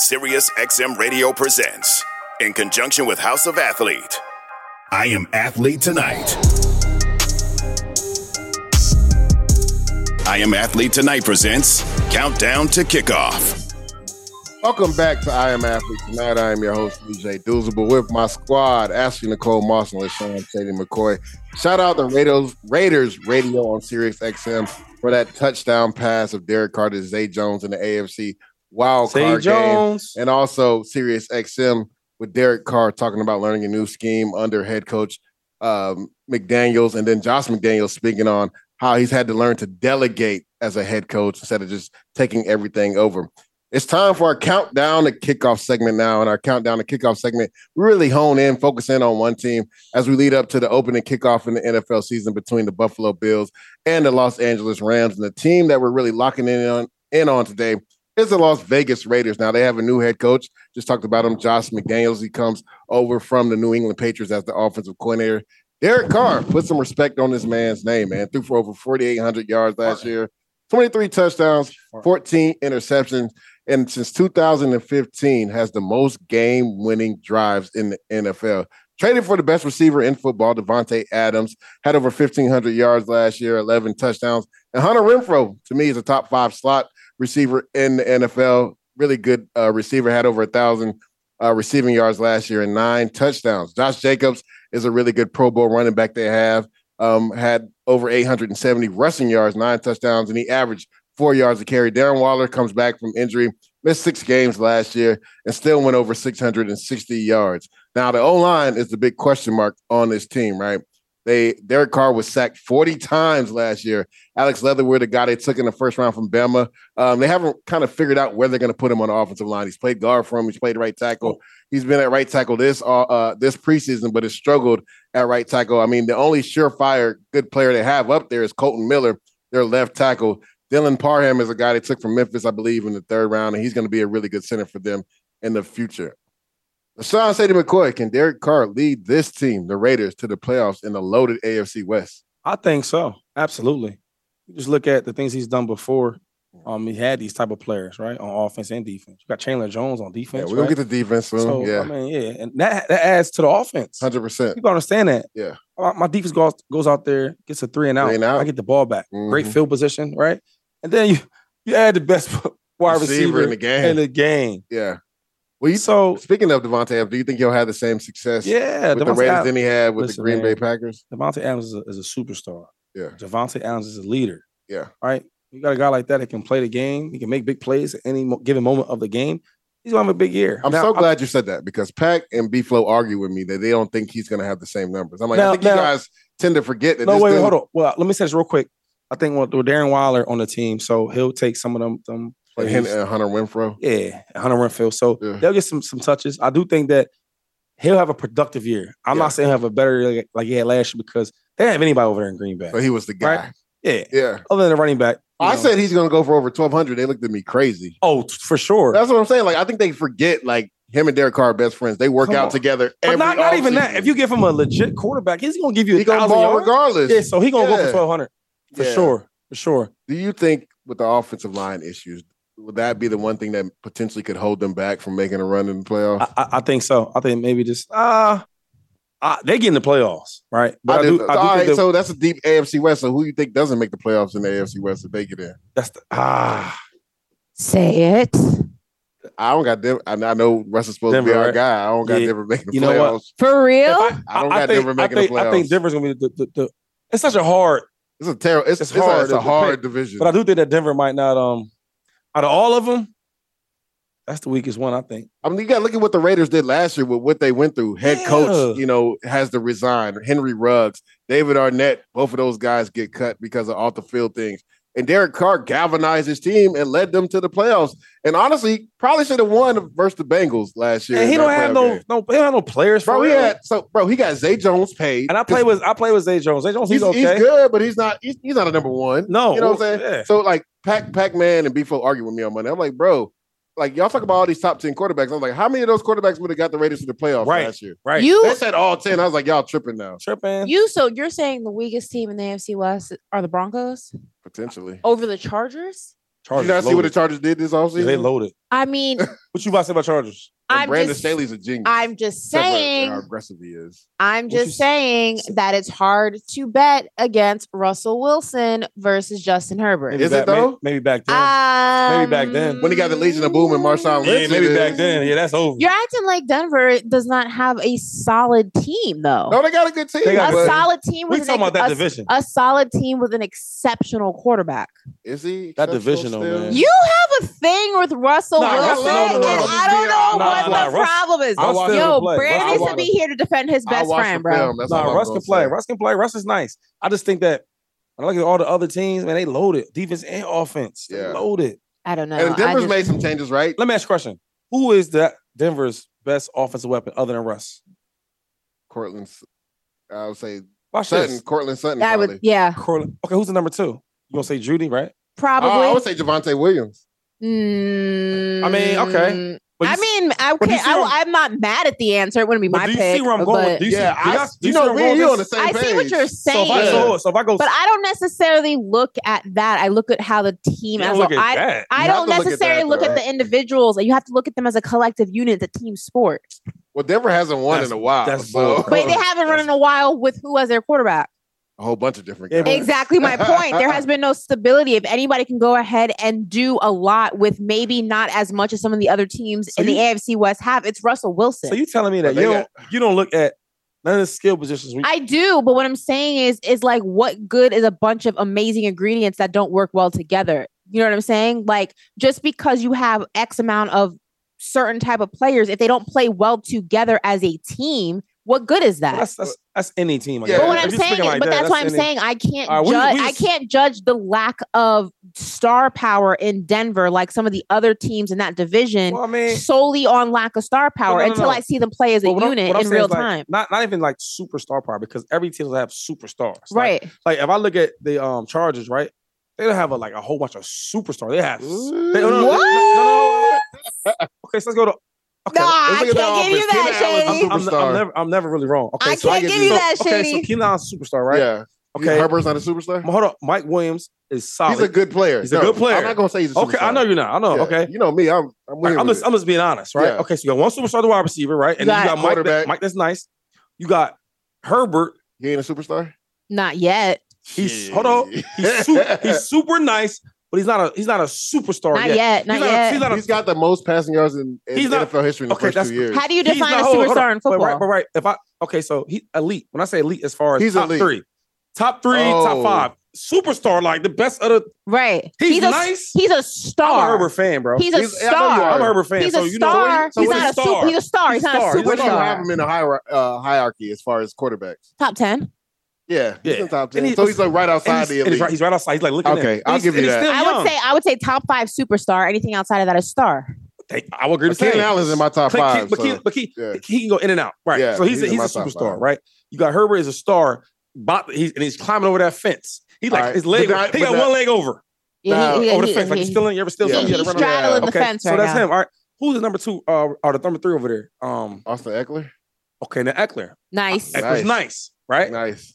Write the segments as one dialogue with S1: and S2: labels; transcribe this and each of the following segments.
S1: Sirius XM Radio presents in conjunction with House of Athlete. I am Athlete Tonight. I am Athlete Tonight presents Countdown to Kickoff.
S2: Welcome back to I Am Athlete Tonight. I am your host, DJ Doozable, with my squad, Ashley Nicole Marshall and Sean Sadie McCoy. Shout out the Raiders, Raiders Radio on Sirius XM for that touchdown pass of Derek Carter to Zay Jones in the AFC wild
S3: Zay
S2: card
S3: Jones.
S2: game. And also Sirius XM with Derek Carr talking about learning a new scheme under head coach um, McDaniels. And then Josh McDaniels speaking on how he's had to learn to delegate as a head coach instead of just taking everything over. It's time for our countdown to kickoff segment now. And our countdown to kickoff segment, we really hone in, focus in on one team as we lead up to the opening kickoff in the NFL season between the Buffalo Bills and the Los Angeles Rams. And the team that we're really locking in on, in on today is the Las Vegas Raiders. Now they have a new head coach. Just talked about him, Josh McDaniels. He comes over from the New England Patriots as the offensive coordinator. Derek Carr put some respect on this man's name, man. Threw for over 4,800 yards last year, 23 touchdowns, 14 interceptions, and since 2015 has the most game-winning drives in the NFL. Traded for the best receiver in football, Devontae Adams, had over 1,500 yards last year, 11 touchdowns. And Hunter Renfro, to me, is a top five slot receiver in the NFL. Really good uh, receiver, had over a thousand uh, receiving yards last year and nine touchdowns. Josh Jacobs is a really good Pro Bowl running back they have. Um, had over 870 rushing yards, nine touchdowns, and he averaged four yards a carry. Darren Waller comes back from injury, missed six games last year, and still went over 660 yards. Now the O line is the big question mark on this team, right? They Derek Carr was sacked 40 times last year. Alex Leatherwood, the guy they took in the first round from Bama, um, they haven't kind of figured out where they're going to put him on the offensive line. He's played guard for him. He's played right
S3: Oh.
S2: tackle. He's been at right tackle this uh, uh, this preseason, but has struggled at right tackle. I mean, the only surefire good player they have up there is Colton Miller, their left tackle. Dylan Parham is a guy they took from Memphis, I believe, in the third round, and he's going to be a really good center for them in the future. Sean Sadie McCoy, can Derek Carr lead this team, the Raiders, to the playoffs in the loaded AFC West?
S3: I think so. Absolutely. You just look at the things he's done before. Um, he had these type of players, right, on offense and defense. You got Chandler Jones on
S2: Yeah,
S3: defense.
S2: we're gonna
S3: right?
S2: get the defense soon.
S3: so, I
S2: yeah,
S3: mean, yeah, and that that adds to the offense.
S2: hundred percent.
S3: People understand that.
S2: Yeah.
S3: My, my defense goes goes out there, gets a three and out.
S2: Three and out.
S3: I get the ball back. Great
S2: Mhm.
S3: field position, right? And then you you add the best wide receiver,
S2: in the game.
S3: In the game.
S2: Yeah. Well, you
S3: so
S2: speaking of Devontae, Adams, do you think he'll have the same success?
S3: yeah,
S2: with the
S3: Devontae
S2: Raiders
S3: Adams-
S2: than he had with the
S3: Listen,
S2: Green
S3: man.
S2: Bay Packers.
S3: Devontae Adams is a, is a superstar.
S2: Yeah.
S3: Devontae Adams is a leader.
S2: Yeah.
S3: Right. You got a guy like that that can play the game. He can make big plays at any mo- given moment of the game. He's gonna have a big year.
S2: I'm
S3: Now,
S2: so glad you said that because Pack and B Flow argue with me that they don't think he's going to have the same numbers. I'm like, I
S3: Now-
S2: think you
S3: now-
S2: guys tend to forget that.
S3: no,
S2: this
S3: wait,
S2: dude-
S3: hold on. Well, let me say this real quick. I think with with Darren Wilder on the team, so he'll take some of them. them
S2: and
S3: plays.
S2: Hen- and Hunter Winfro.
S3: Yeah, Hunter Renfield. So
S2: Yeah.
S3: they'll get some some touches. I do think that he'll have a productive year. I'm
S2: Yeah.
S3: not saying he'll have a better year like, like he had last year because they didn't have anybody over there in Green Bay.
S2: So he was the guy.
S3: Right. yeah,
S2: Yeah.
S3: other than the running back. you
S2: I
S3: know.
S2: said he's going to go for over 1,200. They looked at me crazy.
S3: oh, t- for sure.
S2: That's what I'm saying. Like, I think they forget, like, him and Derek Carr are best friends. They work
S3: Come
S2: out
S3: on.
S2: together.
S3: but
S2: every
S3: not, not even that.
S2: offseason.
S3: If you give him a legit quarterback, he's gonna give you
S2: he
S3: a
S2: going to
S3: thousand
S2: ball
S3: yards.
S2: regardless.
S3: Yeah, so he gonna go
S2: Yeah.
S3: for twelve hundred for
S2: Yeah.
S3: sure, for sure.
S2: Do you think with the offensive line issues, would that be the one thing that potentially could hold them back from making a run in the playoffs?
S3: I, I, I think so. I think maybe just uh, uh they get in the playoffs, right?
S2: I
S3: But I,
S2: did-
S3: do,
S2: all
S3: I do
S2: right,
S3: think that-
S2: so that's a deep AFC West. So who you think doesn't make the playoffs in the AFC West if they get in?
S3: that's the, ah.
S4: Say it.
S2: I don't got Denver. I, I know Russ is supposed
S3: Denver,
S2: to be our
S3: right?
S2: guy. I don't got
S3: Yeah.
S2: Denver making the
S3: You know what?
S2: playoffs.
S4: For real?
S2: I don't got
S3: think,
S2: Denver making
S3: I
S2: the
S3: think, I think
S2: playoffs.
S3: Denver's gonna be the, the, the it's such a hard,
S2: It's a terrible. It's,
S3: It's
S2: it's, a-
S3: hard
S2: it's a,
S3: to
S2: hard
S3: pick,
S2: division.
S3: but I do think that Denver might not um out of all of them, that's the weakest one, I think.
S2: I mean, you got to look at what the Raiders did last year with what they went through. Head coach,
S3: Yeah.
S2: you know, has to resign. Henry Ruggs, David Arnett, both of those guys get cut because of off the field things. And Derek Carr galvanized his team and led them to the playoffs. And honestly, probably should have won versus the Bengals last year.
S3: And
S2: in
S3: he
S2: that
S3: don't have
S2: playoff
S3: no
S2: game.
S3: no he don't have no players for
S2: bro. He
S3: real.
S2: had so bro. He got Zay Jones paid,
S3: and I play with I play with Zay Jones. Zay Jones, he's,
S2: He's,
S3: okay.
S2: he's good, but he's not. He's, he's not a number one.
S3: No,
S2: you know what
S3: well,
S2: I'm saying.
S3: yeah.
S2: So like Pac Pac Man and Beefo argue with me on Monday. I'm like, bro, like y'all talk about all these top ten quarterbacks. I'm like, how many of those quarterbacks would have got the Raiders to the playoffs
S3: Right.
S2: last year?
S3: Right.
S4: You
S2: They said all ten. I was like, y'all tripping now
S3: tripping.
S4: you so you're saying the weakest team in the AFC West are the Broncos
S2: potentially.
S4: over the Chargers?
S2: Did you not see what the Chargers did this
S3: Oh, Yeah, they
S2: offseason?
S3: loaded.
S4: I mean,
S3: What you about to say about Chargers?
S2: And
S4: I'm
S2: Brandon
S4: just
S2: Staley's a genius.
S4: I'm just
S2: Except for
S4: saying
S2: how aggressive he is.
S4: I'm
S3: What you
S4: just
S3: s-
S4: saying that it's hard to bet against Russell Wilson versus Justin Herbert. Um,
S3: Maybe
S2: Is it
S3: back, may-
S2: though?
S3: Maybe back then. Maybe back then.
S2: When he got the Legion of Boom and Marshawn
S3: yeah,
S2: Lynch,
S3: maybe
S2: it
S3: back
S2: is.
S3: then. Yeah, that's over.
S4: You're acting like Denver does not have a solid team, though.
S2: No, they got a good team.
S3: They got
S4: a
S3: a
S2: but
S3: good-
S4: solid team
S3: we
S4: with an,
S3: talking about that
S4: a,
S3: division.
S4: a solid team with an exceptional quarterback.
S2: is he
S3: That
S2: exceptional
S3: division though,
S2: still?
S3: man.
S4: You have a thing with Russell
S3: Nah, Russell-
S4: Wilson,
S3: no, no, no,
S4: and
S3: no.
S4: I don't know
S3: Nah,
S4: what
S3: nah,
S4: the
S3: Russ-
S4: problem is.
S3: Russ still
S4: Yo,
S3: can play.
S4: Brandon
S3: Russ-
S4: needs
S3: I
S4: to
S3: watched-
S4: be here to defend his
S2: I
S4: best
S2: watched the
S4: friend, bro.
S2: film. That's all
S3: Nah,
S2: I'm
S3: Russ
S2: gonna
S3: can play.
S2: say.
S3: Russ can play. Russ is nice. I just think that when I look at all the other teams, man, they loaded defense and offense. They
S2: Yeah.
S3: loaded.
S4: I don't know.
S2: And
S4: I
S2: Denver's
S4: just-
S2: made some changes, right?
S3: Let me ask you a question. Who is that Denver's best offensive weapon other than Russ?
S2: Cortland, I would say
S3: Watch
S2: Sutton,
S3: this.
S2: Cortland Sutton.
S4: I
S2: Probably.
S4: would, yeah,
S3: Corlin. Okay, who's the number two? You gonna say Judy, right?
S4: probably.
S3: Uh,
S2: I, I would say Javante Williams.
S4: I
S3: mean, okay. But
S4: I
S3: you-
S4: mean, I
S3: but you
S4: can't,
S3: see
S4: I,
S3: where I'm-
S4: I'm not mad at the answer. It wouldn't be
S3: But
S4: my
S3: do you
S4: pick.
S3: see where I'm going with
S4: but-
S3: these?
S2: Yeah,
S3: do y'all-
S2: I,
S3: do
S2: you
S3: see where
S2: know
S3: I'm
S2: me
S3: going
S2: and
S3: with
S2: you on the
S3: this?
S2: same
S4: I
S2: page.
S4: see what you're
S3: So
S4: saying,
S3: if, I, so, so if I go,
S4: but I don't necessarily look at that. I look at how the team
S3: you
S4: as
S3: don't
S4: a,
S3: look at
S4: I,
S3: that.
S4: I
S2: You have
S4: don't
S2: to look at
S4: necessarily
S2: that,
S4: look at
S2: though.
S4: the individuals. You have to look at them as a collective unit, the team sport.
S2: Well, Denver hasn't won
S3: That's-
S2: in a while.
S3: that's
S2: so,
S3: bull.
S4: But they haven't run in a while with who as their quarterback.
S2: a whole bunch of different
S3: Yeah,
S2: guys.
S3: but-
S4: Exactly my point. There has been no stability. If anybody can go ahead and do a lot with maybe not as much as some of the other teams
S3: So
S4: in
S3: you-
S4: the AFC West have, it's Russell Wilson.
S3: So you telling me
S2: But
S3: that
S2: they
S3: you don't, you don't look at none of the skill positions? We,
S4: I do, but what I'm saying is, is like, what good is a bunch of amazing ingredients that don't work well together? You know what I'm saying? Like, just because you have X amount of certain type of players, if they don't play well together as a team, what good is that?
S3: that's, that's that's any team.
S2: But
S3: I guess.
S4: but what
S3: If
S4: I'm
S3: you're speaking
S4: saying, is,
S3: like
S4: but
S3: that,
S4: that's why I'm
S3: any-
S4: saying I can't
S3: All right, we-
S4: judge.
S3: we
S4: I
S3: just-
S4: can't judge the lack of star power in Denver, like some of the other teams in that division,
S3: Well, I mean,
S4: solely on lack of star power
S3: no, no,
S4: until
S3: no.
S4: I see them play as a
S3: well, what I'm-
S4: unit
S3: what I'm
S4: in
S3: saying is,
S4: real
S3: like,
S4: time.
S3: Not not even like superstar power because every team will have superstars. Like-
S4: Right.
S3: Like, if I look at the um Chargers, right? They don't have a, like a whole bunch of superstars. They have. s-
S2: Ooh.
S3: They, no, no, no,
S4: What?
S3: no, no. Okay, so let's go to. Okay,
S4: Nah, I
S2: look at
S4: can't
S2: the
S4: give you
S2: offense.
S4: that,
S2: Keenan Allen's
S4: Shady.
S3: I'm, I'm,
S2: Superstar.
S3: I'm never I'm never really wrong. Okay,
S4: I
S3: so
S4: can't
S2: get
S4: give
S2: you-
S4: you that,
S3: so, okay, so
S4: Shady.
S3: Keenan's a superstar, right?
S2: Yeah.
S3: Okay,
S2: Herbert's not a superstar.
S3: hold up. Mike Williams is solid.
S2: He's a good player.
S3: He's a good player.
S2: I'm not gonna say he's a superstar.
S3: Okay, I know you're not. I know.
S2: Yeah,
S3: Okay,
S2: You know me. I'm. I'm,
S3: Like,
S2: winning
S3: I'm
S2: with
S3: just,
S2: it.
S3: I'm just being honest, right?
S2: Yeah.
S3: Okay, so you got one superstar the wide receiver, right? And then you
S4: Got
S3: got Mike,
S2: quarterback.
S3: that, Mike that's nice. You got Herbert.
S2: he ain't a superstar.
S4: Not yet.
S3: He's hold on. He's, su- he's super nice, but he's not a he's not a superstar
S4: Not
S3: yet.
S4: yet.
S3: He's
S4: Not
S3: not a-
S4: yet.
S3: he's not a-
S2: He's got the most passing yards in, in
S3: He's not-
S2: NFL history in the
S3: Okay,
S2: first
S3: that's-
S2: two years.
S4: How do you
S3: He's
S4: define
S3: not-
S4: a
S3: hold on, hold
S4: superstar in
S3: But
S4: football?
S3: right, but right. If I okay, so he elite. When I say elite, as far as
S2: He's
S3: top
S2: elite.
S3: three, top three,
S2: Oh.
S3: top five, superstar, like the best of the.
S4: Right.
S3: He's
S4: a,
S3: nice.
S4: He's a
S3: I'm a
S4: star.
S3: Herbert fan, bro.
S4: He's a
S2: He's- yeah, I know you
S4: star.
S3: I'm a Herbert fan.
S4: He's
S3: so
S4: a
S3: you know,
S4: star.
S3: so
S4: He's
S3: what
S4: not a
S3: is star?
S4: super. He's a star.
S3: He's
S4: He's
S3: a
S4: not a
S3: star. He's
S2: Where do you have
S4: superstar.
S2: him in the hier- uh, hierarchy as far as quarterbacks?
S4: Top ten.
S2: Yeah, he's
S3: Yeah.
S2: in top ten.
S3: And he-
S2: so he's like right outside
S3: And
S2: the
S3: he's, and
S2: elite.
S3: he's right, he's right outside. He's like looking.
S2: Okay,
S3: at,
S2: I'll
S3: he's-
S2: give you
S3: and he's
S2: that.
S3: still
S4: I would
S3: young.
S4: say I would say top five superstar. Anything outside of that is star.
S3: Hey, I would agree
S2: But
S3: with you.
S2: Keenan Allen's in my top
S3: Click,
S2: five.
S3: kick, but,
S2: so-
S3: he, but he,
S2: yeah.
S3: he can go in and out, right?
S2: Yeah,
S3: so he's
S2: he's
S3: a,
S2: in
S3: he's
S2: my
S3: a
S2: top
S3: superstar,
S2: five.
S3: right? You got Herbert as a star, but he's and he's climbing over that fence. He like
S2: All right,
S3: his leg,
S2: but that-
S3: he
S2: but
S3: got
S2: that-
S3: one leg over
S4: Yeah,
S2: Nah,
S4: he- he-
S3: over the
S4: he-
S3: fence. Like
S4: he-
S3: you still in, you ever still
S2: he-
S3: something? you
S4: he's
S3: ever run over that?
S4: straddling the
S3: Okay,
S4: fence
S3: so
S4: right
S3: that's
S4: now.
S3: him. All right, who's the number two uh, or the number three over there? Um,
S2: Austin Eckler.
S3: okay, now Eckler.
S4: nice.
S3: Eckler's
S2: Nice.
S3: nice, right?
S2: Nice.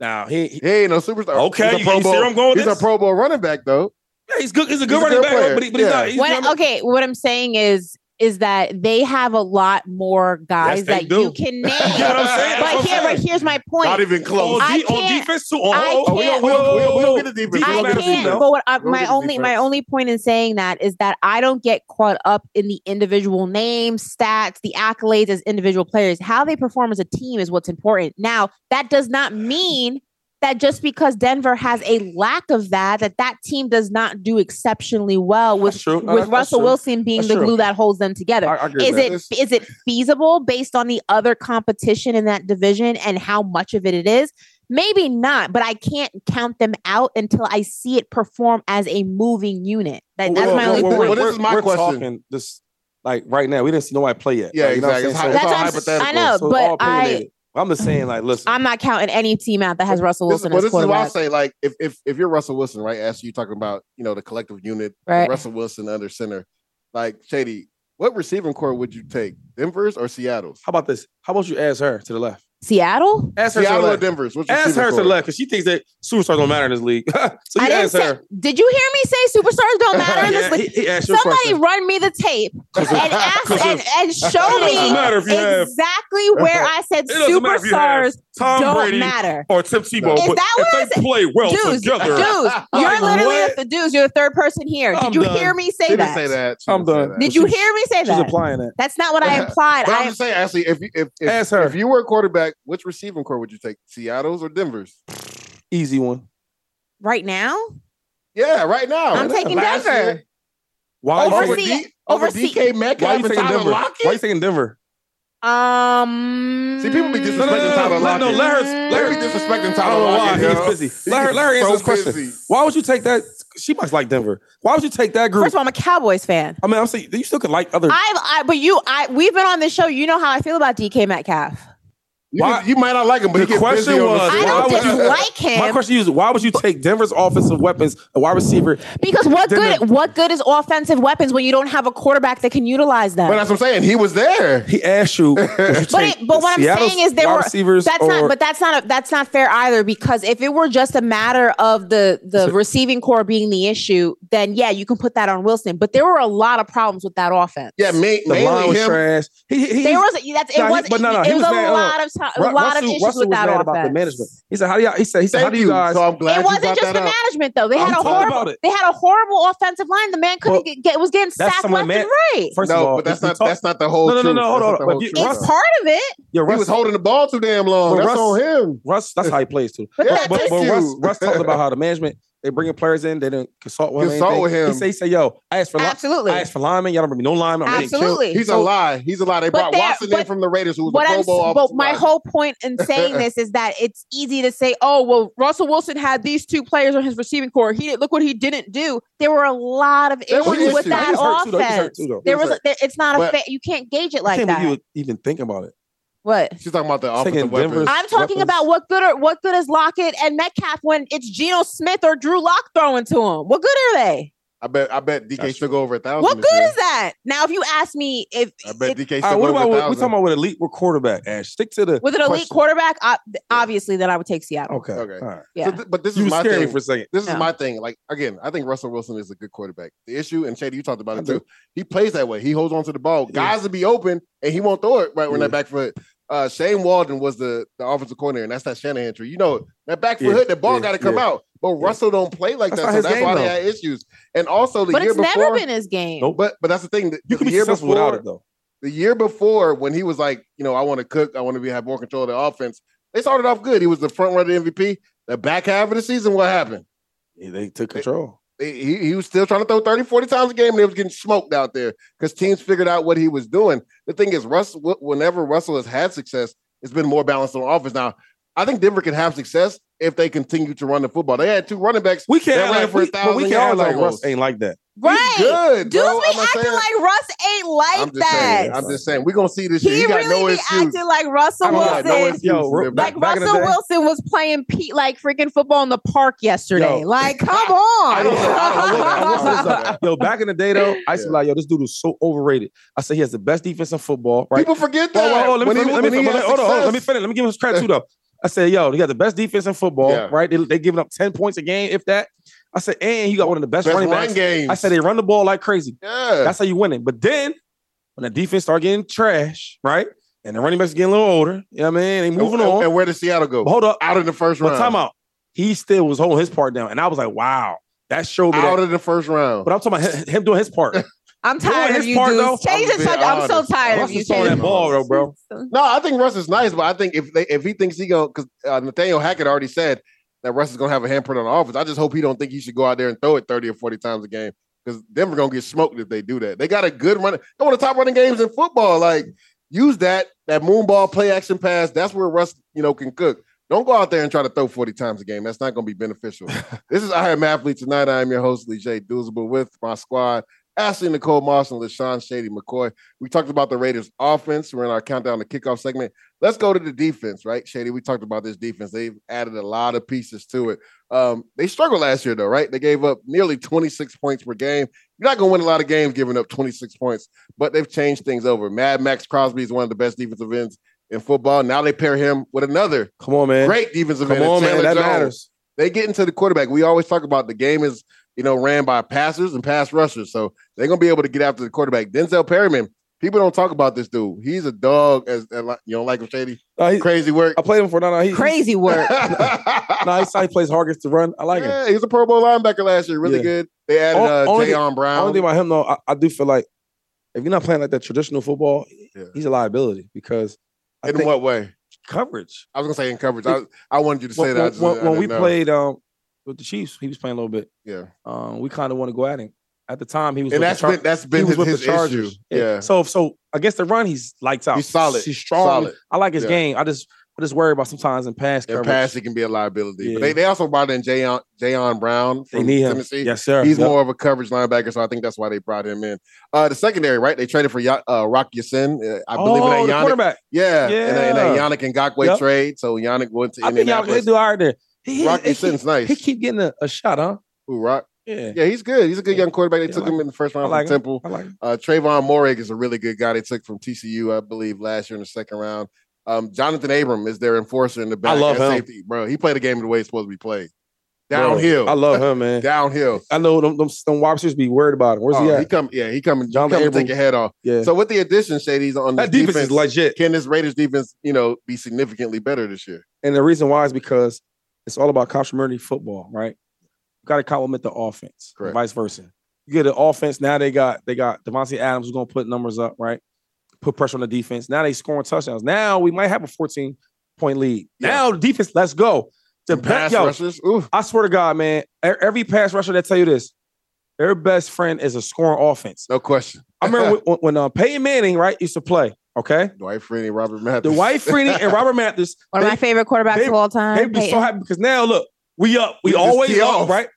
S3: Now he, he-
S2: He ain't no superstar.
S3: Okay,
S2: he's
S3: you-
S2: a Pro
S3: you see
S2: Bowl.
S3: where I'm going with
S2: he's
S3: this?
S2: a Pro Bowl running back though.
S3: yeah, he's good. He's a
S2: He's
S3: good
S2: a
S3: running
S2: good
S3: back,
S2: player.
S3: but, he, but
S2: Yeah.
S3: he's not. He's
S4: What,
S3: not-
S4: okay, what I'm saying is is that they have a lot more guys
S5: Yes, they
S4: that
S5: do.
S4: you can name.
S5: You know what I'm saying? That's what
S4: But
S5: I'm
S4: here, but
S5: saying.
S4: here's my point.
S2: Not even close.
S4: I
S5: On, de- on
S4: can't-
S5: defense too. On,
S4: I
S5: oh, oh,
S4: can't-
S5: we don't- we don't- we don't-
S2: We'll get the defense.
S5: I
S2: We'll get the
S5: can't-
S2: defense.
S4: But what I,
S2: We'll
S4: my
S2: get the
S4: only my
S2: defense.
S4: only point in saying that is that I don't get caught up in the individual names, stats, the accolades as individual players. How they perform as a team is what's important. Now, that does not mean that just because Denver has a lack of that, that that team does not do exceptionally well with
S3: That's true. No,
S4: with
S3: that's- that's
S4: Russell
S3: true.
S4: Wilson being
S3: That's
S4: the
S3: true.
S4: glue that holds them together.
S3: I, I agree
S4: Is
S3: with that.
S4: it is it feasible based on the other competition in that division and how much of it it is? Maybe not, but I can't count them out until I see it perform as a moving unit. That, that's
S2: Well,
S4: my
S2: well,
S4: only
S2: well,
S4: point.
S2: well, this is my
S3: we're
S2: question.
S3: Talking this, like right now, we didn't see nobody play yet.
S2: Yeah,
S3: Like, you know what I'm
S2: exactly.
S3: saying?
S2: It's
S3: So-
S2: all
S4: That's what I'm-
S2: hypothetical.
S4: I know,
S3: so it's
S4: but
S3: all
S4: I-
S3: opinionated. I'm just saying, like, listen,
S4: I'm not counting any team out that has Russell
S2: This is,
S4: Wilson
S2: well,
S4: as
S2: this is why I
S4: quarterback.
S2: say, like, if, if if you're Russell Wilson, right? As you talking about, you know, the collective unit,
S4: Right.
S2: Russell Wilson under center, like Shady, what receiving core would you take, Denver's or Seattle's?
S3: how about this? How about you ask her to the left?
S4: Seattle?
S3: Ask her to
S2: Seattle
S3: the
S2: or
S3: left.
S2: Denver's? What's your
S3: Ask
S2: receiving
S3: her to the
S2: core?
S3: left because she thinks that superstars don't matter in this league. so you
S4: I didn't
S3: ask
S4: say.
S3: her.
S4: Did you hear me say superstars don't matter in this
S3: Yeah,
S4: league?
S3: he- he asked you a
S4: Somebody
S3: question.
S4: run me the tape and ask
S3: 'Cause
S4: and,
S3: if-
S4: and show
S3: It doesn't
S4: me
S3: matter if you have
S4: exactly where I said
S5: It doesn't matter if you have
S4: superstars
S5: Tom
S4: don't
S5: Brady
S4: matter.
S5: or Tim Tebow.
S4: Is
S5: but
S4: that
S5: if
S4: what I
S5: they
S4: said?
S5: play well
S4: dudes,
S5: together,
S4: dudes, you're
S3: Like,
S4: literally
S3: what?
S4: the dudes. You're the third person here.
S3: I'm
S4: Did you
S3: done.
S4: hear me
S2: She
S4: say
S2: didn't
S4: that?
S2: say that. She
S3: I'm
S2: didn't say
S3: done.
S2: that.
S4: Did
S3: But
S4: you
S3: she's-
S4: hear me say
S3: She's
S4: that?
S3: applying it.
S4: That's not what I implied.
S2: But I'm
S4: I,
S2: just saying, actually, if you if if,
S3: Ask her.
S2: if you were a quarterback, which receiving core would you take, Seattle's or Denver's?
S3: Easy one.
S4: right now,
S2: Yeah, right now.
S4: I'm
S2: Right
S4: taking
S2: now. Last
S4: Denver.
S2: year,
S3: Why
S4: Over
S3: why-
S2: over,
S4: Oversee-
S2: D, over
S4: oversee-
S2: DK
S3: why
S2: Metcalf and
S3: you taking
S2: Tyler
S3: Denver? Why you
S2: Lockett.
S3: taking Denver?
S4: um,
S2: See, people be
S3: No, no, no,
S2: disrespecting Tyler
S3: no, no,
S2: Lockett.
S3: no, let her. Let
S2: Larry
S3: her
S2: be disrespecting
S3: I
S2: Tyler
S3: don't know
S2: Lockett.
S3: why
S2: yo.
S3: he's busy. Let her, let her
S2: He's
S3: answer
S2: so
S3: this question.
S2: busy.
S3: Why would you take that? She must like Denver. Why would you take that group?
S4: First of all, I'm a Cowboys fan.
S3: I mean, I'm saying you still could like other.
S4: I've, I, but you, I, we've been on this show. You know how I feel about DK Metcalf.
S2: You,
S3: Why-
S2: you might not like him, but
S3: The
S2: he gets
S3: question
S2: busy on the
S3: was-
S2: side.
S4: I
S3: why would
S4: don't
S3: you-
S4: dislike
S3: my
S4: him
S3: question to you is why would you take Denver's offensive weapons, a wide receiver?
S4: because what
S3: Didn't-
S4: good, what good is offensive weapons when you don't have a quarterback that can utilize them?
S2: But that's what I'm saying. He was there.
S3: He asked you. would you
S4: But
S3: take
S4: it, but what I'm
S3: Seattle's
S4: saying is there
S3: wide
S4: were
S3: receivers.
S4: that's
S3: or,
S4: not but that's not a, that's not fair either because if it were just a matter of the the
S3: So-
S4: receiving core being the issue, then yeah, you can put that on Wilson. But there were a lot of problems with that offense.
S2: Yeah, ma-
S3: the line
S2: mainly
S3: was
S2: him.
S3: trash. He, he,
S4: there was a, that's it
S3: Nah, he-
S4: was
S3: but no, no,
S4: it
S3: he
S4: was,
S3: was
S4: a
S3: mad, uh,
S4: lot of time,
S3: Ru-
S4: a lot of
S3: Russell-
S4: issues
S3: Russell
S4: with
S3: was
S4: that
S3: mad
S4: offense.
S3: about the management. He said, "How do y'all?" He said, "He said, how
S2: Thank
S3: do you
S2: you.
S3: guys?"
S2: So I'm glad
S4: It
S2: you
S4: wasn't
S2: brought
S4: just
S2: that
S4: the
S2: up.
S4: management though. They
S3: I'm
S4: had a
S3: talking about
S4: horrible
S3: it.
S4: they had a horrible offensive line. The man couldn't
S3: Well,
S4: get, get was getting
S3: that's
S4: sacked
S3: some of
S4: left
S3: the
S4: and
S3: man-
S4: right.
S3: First
S2: no,
S3: of all,
S2: but that's
S3: if we
S2: not
S3: talk-
S2: that's not the whole.
S3: No, no, no,
S2: truth.
S3: no, hold
S2: That's not
S3: on,
S2: the
S3: but
S2: whole
S3: you-
S2: truth,
S4: It's
S3: Russ-
S2: though.
S4: part of it.
S3: yeah,
S2: He
S3: Russ,
S2: was holding the ball too damn long.
S3: But
S2: That's
S3: Russ-
S2: on him.
S3: Russ. That's how he plays too.
S4: But
S2: Yeah,
S4: that
S3: But,
S2: thank
S3: but
S2: you.
S3: Russ, Russ talked about how the management they bringing players in, they didn't consult with him. or
S2: Consult
S3: anything.
S2: with him.
S3: He say, he say, yo, I asked for li-
S4: absolutely.
S3: I asked for linemen. Y'all don't bring me no linemen. I'm getting killed.
S4: Absolutely.
S2: He's a lie. He's a lie. They
S4: But
S2: brought
S4: there-
S2: Watson in
S4: but-
S2: from the Raiders, who was
S4: what
S2: a Pro
S4: I'm,
S2: Bowl
S4: but
S2: offensive
S4: my
S2: lineman.
S4: whole point in saying this is that it's easy to say, oh well, Russell Wilson had these two players on his receiving core. He didn't look what he didn't do. There were a lot of
S2: There
S4: issues
S2: were
S4: with
S2: issues.
S3: He
S4: that
S3: was hurt too, though. He was hurt
S4: offense.
S3: too, though.
S4: There
S2: He was
S4: was, a, there, it's not a
S2: But-
S4: fa- you can't gauge it
S3: I
S4: like
S3: can't believe you
S4: that.
S3: would even think about it.
S4: What?
S2: She's talking about the offensive
S3: Taking
S2: weapons.
S3: Denver's-
S4: I'm talking
S3: weapons.
S4: about what good are what good is Lockett and Metcalf when it's Geno Smith or Drew Lock throwing to him. What good are they?
S2: I bet. I bet DK
S3: That's
S2: still go over a thousand.
S4: What
S2: this
S4: good
S2: year.
S4: is that? Now, if you ask me if
S2: I bet
S4: it-
S2: DK still
S3: All right,
S2: go over
S3: what about
S2: a
S3: what, we're talking
S2: thousand.
S3: about with elite with quarterback, Ash? Stick to the
S4: with an elite
S3: question.
S4: quarterback, ob- obviously, then I would take Seattle.
S3: Okay.
S2: Okay.
S3: All right.
S4: Yeah.
S2: So th- But this
S3: You
S2: is my
S3: scared me
S2: thing.
S3: for a second.
S2: This is
S4: No.
S2: my thing. Like again, I think Russell Wilson is a good quarterback. The issue, and Shady, you talked about
S3: I
S2: it
S3: do.
S2: too. He plays that way. He holds on to the ball.
S3: Yeah.
S2: Guys will be open, and he won't throw it right when
S3: Yeah.
S2: that back foot. Uh, Shane Walden was the, the offensive coordinator, and that's that Shanahan tree. You know that back foot
S3: Yeah.
S2: hood, the ball
S3: Yeah.
S2: got to come
S3: Yeah.
S2: out. But
S3: Yeah.
S2: Russell don't play like
S3: That's
S2: that,
S3: not
S2: so
S3: his
S2: that's
S3: game,
S2: why they
S3: though.
S2: had issues. And also the
S4: But
S2: year
S4: it's
S2: before,
S4: never been his game.
S3: Nope.
S2: but but that's the thing. The,
S3: You can
S2: the
S3: be
S2: year
S3: successful
S2: before,
S3: without it though.
S2: the year before when he was like, you know, I want to cook, I want to be have more control of the offense. They started off good. He was the front runner MVP. The back half of the season, what happened?
S3: Yeah, they took control.
S2: He- He, he was still trying to throw 30, 40 times a game, and they was getting smoked out there because teams figured out what he was doing. The thing is, Russell, wh- whenever Russell has had success, it's been more balanced on offense. Now, I think Denver can have success if they continue to run the football. They had two running backs.
S3: We can't
S2: That
S3: act
S2: ran
S3: like
S2: for a
S3: we, but we
S2: thousand
S3: can't act
S2: yards
S3: like Russ
S2: almost.
S3: ain't like that.
S4: Right.
S2: He's good,
S4: Dudes
S2: bro.
S4: be
S2: I'm not
S4: acting
S2: saying-
S4: like Russ ain't like
S2: I'm just
S4: that.
S2: saying. I'm just saying. We're gonna see this year.
S4: he
S2: He got
S4: really
S2: no
S4: be
S2: issues.
S4: acting like Russell
S2: I'm
S4: Wilson.
S2: not- no
S3: Wilson. Yo,
S2: excuses.
S3: back-
S4: like
S3: back in the
S4: Russell
S3: day-
S4: Wilson was playing Pete like freaking football in the park yesterday.
S3: Yo.
S4: like, come on.
S2: I don't know. I don't know what- what's this up?
S3: Yo, back in the day though, I used to be like, yo, this dude is so overrated. I said he has the best defense in football, right?
S2: People forget
S3: Oh,
S2: that.
S3: oh, oh, let me,
S2: When
S3: let
S2: he-
S3: me, let
S2: when
S3: me,
S2: he
S3: hold on,
S2: had
S3: hold on, hold on, let me
S2: success-
S3: finish. Let me give him his credit too, though. I said, yo, he got the best defense in football,
S2: Yeah.
S3: right? They, they giving up 10 points a game, if that. I said, and he got one of the best,
S2: Best
S3: running
S2: run
S3: backs.
S2: game.
S3: I said, they run the ball like crazy.
S2: yeah.
S3: That's how you win it. But then when the defense start getting trash, right? And the running backs getting a little older. You know what I mean? They moving
S2: and,
S3: on.
S2: And where did Seattle go?
S3: But hold up.
S2: Out in the first
S3: But
S2: round.
S3: time out. He still was holding his part down. And I was like, wow, that showed me
S2: Out
S3: that.
S2: in the first round.
S3: But I'm talking about him- him doing his part.
S4: I'm
S3: You know
S4: tired
S3: what
S4: of
S3: his
S4: you
S3: part, though?
S4: dudes. Change
S2: I'm
S4: the subject. I'm so
S2: honest.
S4: tired of
S3: Russell
S4: you.
S3: saw
S4: Change
S3: that
S4: the
S3: ball, though, bro.
S4: subject.
S2: No, I think Russ is nice, but I think if they if he thinks he go because uh, Nathaniel Hackett already said that Russ is gonna have a handprint on the offense. I just hope he don't think he should go out there and throw it thirty or forty times a game because Denver gonna get smoked if they do that. They got a good run. They're one of the top running games in football. Like use that that moonball play action pass. That's where Russ you know can cook. Don't go out there and try to throw 40 times a game. That's not going to be beneficial. this is I Am Athlete Tonight. I am your host, Lee J. Doozable, with my squad, Ashley Nicole Marshall, LaShawn Shady McCoy. We talked about the Raiders' offense. We're in our countdown to kickoff segment. Let's go to the defense, right? Shady, we talked about this defense. They've added a lot of pieces to it. Um, they struggled last year, though, right? They gave up nearly 26 points per game. You're not going to win a lot of games giving up 26 points, but they've changed things over. Mad Max Crosby is one of the best defensive ends in football. Now they pair him with another
S3: Come on, man.
S2: great defensive
S3: Come
S2: end,
S3: on, man.
S2: Chandler
S3: That
S2: Jones.
S3: matters.
S2: They get into the quarterback. We always talk about the game is you know ran by passers and pass rushers, so they're gonna be able to get after the quarterback. Denzel Perryman. People don't talk about this dude. He's a dog. As, as like- you don't like him, shady.
S3: Uh, he-
S2: Crazy work.
S3: I played him for no, no. He,
S4: Crazy work.
S3: No, he, he plays hard against the run. I like him.
S2: yeah, he was a Pro Bowl linebacker last year. Really
S3: Yeah.
S2: good. They added
S3: O-
S2: uh,
S3: only thing-
S2: Jayon
S3: I don't
S2: Brown.
S3: think about him though. I, I do feel like if you're not playing like that traditional football,
S2: Yeah.
S3: he's a liability because I
S2: in
S3: think
S2: what way?
S3: coverage.
S2: I was gonna say in coverage. I, I wanted you to say
S3: When,
S2: that. I
S3: when-
S2: just-
S3: when-
S2: I
S3: when
S2: didn't
S3: we
S2: know.
S3: played um, with the Chiefs, he was playing a little bit.
S2: yeah,
S3: Um, we kind of want to go at him. At the time, he was
S2: and
S3: with
S2: that's
S3: the Char-
S2: been that's
S3: he
S2: been
S3: was
S2: his,
S3: with
S2: his
S3: the Chargers.
S2: issue. Yeah,
S3: So so against the run, he's lights out.
S2: He's solid.
S3: He's strong.
S2: Solid.
S3: I like his
S2: Yeah.
S3: game. I just I just worry about sometimes in pass
S2: and
S3: coverage.
S2: passing can be a liability.
S3: Yeah.
S2: But they, they also brought in Jayon Jayon Brown
S3: they
S2: from
S3: need him.
S2: Tennessee.
S3: Yes, sir.
S2: He's
S3: Yep.
S2: more of a coverage linebacker, so I think that's why they brought him in. Uh, the secondary, right? They traded for Ya- uh, Rock Yasin. Uh, I believe
S3: oh,
S2: in that
S3: the
S2: Yannick.
S3: quarterback.
S2: Yeah, and in that Yannick and Ngakwe
S3: Yep.
S2: trade. So Yannick went to
S3: I think y'all they
S2: Indianapolis.
S3: do all right there. He,
S2: Rock
S3: he, he,
S2: Yasin's nice.
S3: he keep getting a, a shot, huh?
S2: Ooh, Rock.
S3: Yeah.
S2: Yeah, he's good. He's a good
S3: Yeah.
S2: young quarterback. They
S3: Yeah, I
S2: took
S3: like
S2: him in the first
S3: I
S2: round
S3: like
S2: from
S3: him.
S2: Temple.
S3: I like him.
S2: Uh, Trayvon Morig is a really good guy. They took from TCU, I believe, last year in the second round. Um, Jonathan Abram is their enforcer in the back.
S3: love
S2: at
S3: him.
S2: safety, bro. He played the game the way it's supposed to be played.
S3: Bro,
S2: Downhill,
S3: I love him, man.
S2: downhill.
S3: I know them, them, them wide receivers be worried about him. Where's he
S2: Oh,
S3: at?
S2: he come, yeah, he coming. John
S3: Jonathan
S2: come and
S3: Abram.
S2: take your head off.
S3: yeah.
S2: So with the addition, Shady's on
S3: that
S2: this
S3: defense, is legit.
S2: Can this Raiders defense, you know, be significantly better this year?
S3: And the reason why is because it's all about complementary football, right? You got to complement the offense, and
S2: Correct.
S3: vice versa. You get an offense now. They got they got Devontae Adams who's going to put numbers up, right? Put pressure on the defense. Now they scoring touchdowns. Now we might have a fourteen point lead.
S2: Yeah.
S3: Now the defense, let's go. The
S2: Some pass
S3: best, yo,
S2: rushers. Ooh,
S3: I swear to God, man. e- Every pass rusher that tell you this, their best friend is a scoring offense.
S2: no question.
S3: I remember when, when uh, Peyton Manning, right, used to play. Okay,
S2: Dwight Freeney, Robert Mathis.
S3: the White Freeney and Robert Mathis,
S4: One of my
S3: they,
S4: favorite quarterbacks
S3: they-
S4: of all time.
S3: they be so
S4: Peyton.
S3: happy because now look, we up,
S2: We
S3: we,
S2: just
S3: always
S2: tee
S3: up,
S2: off.
S3: right?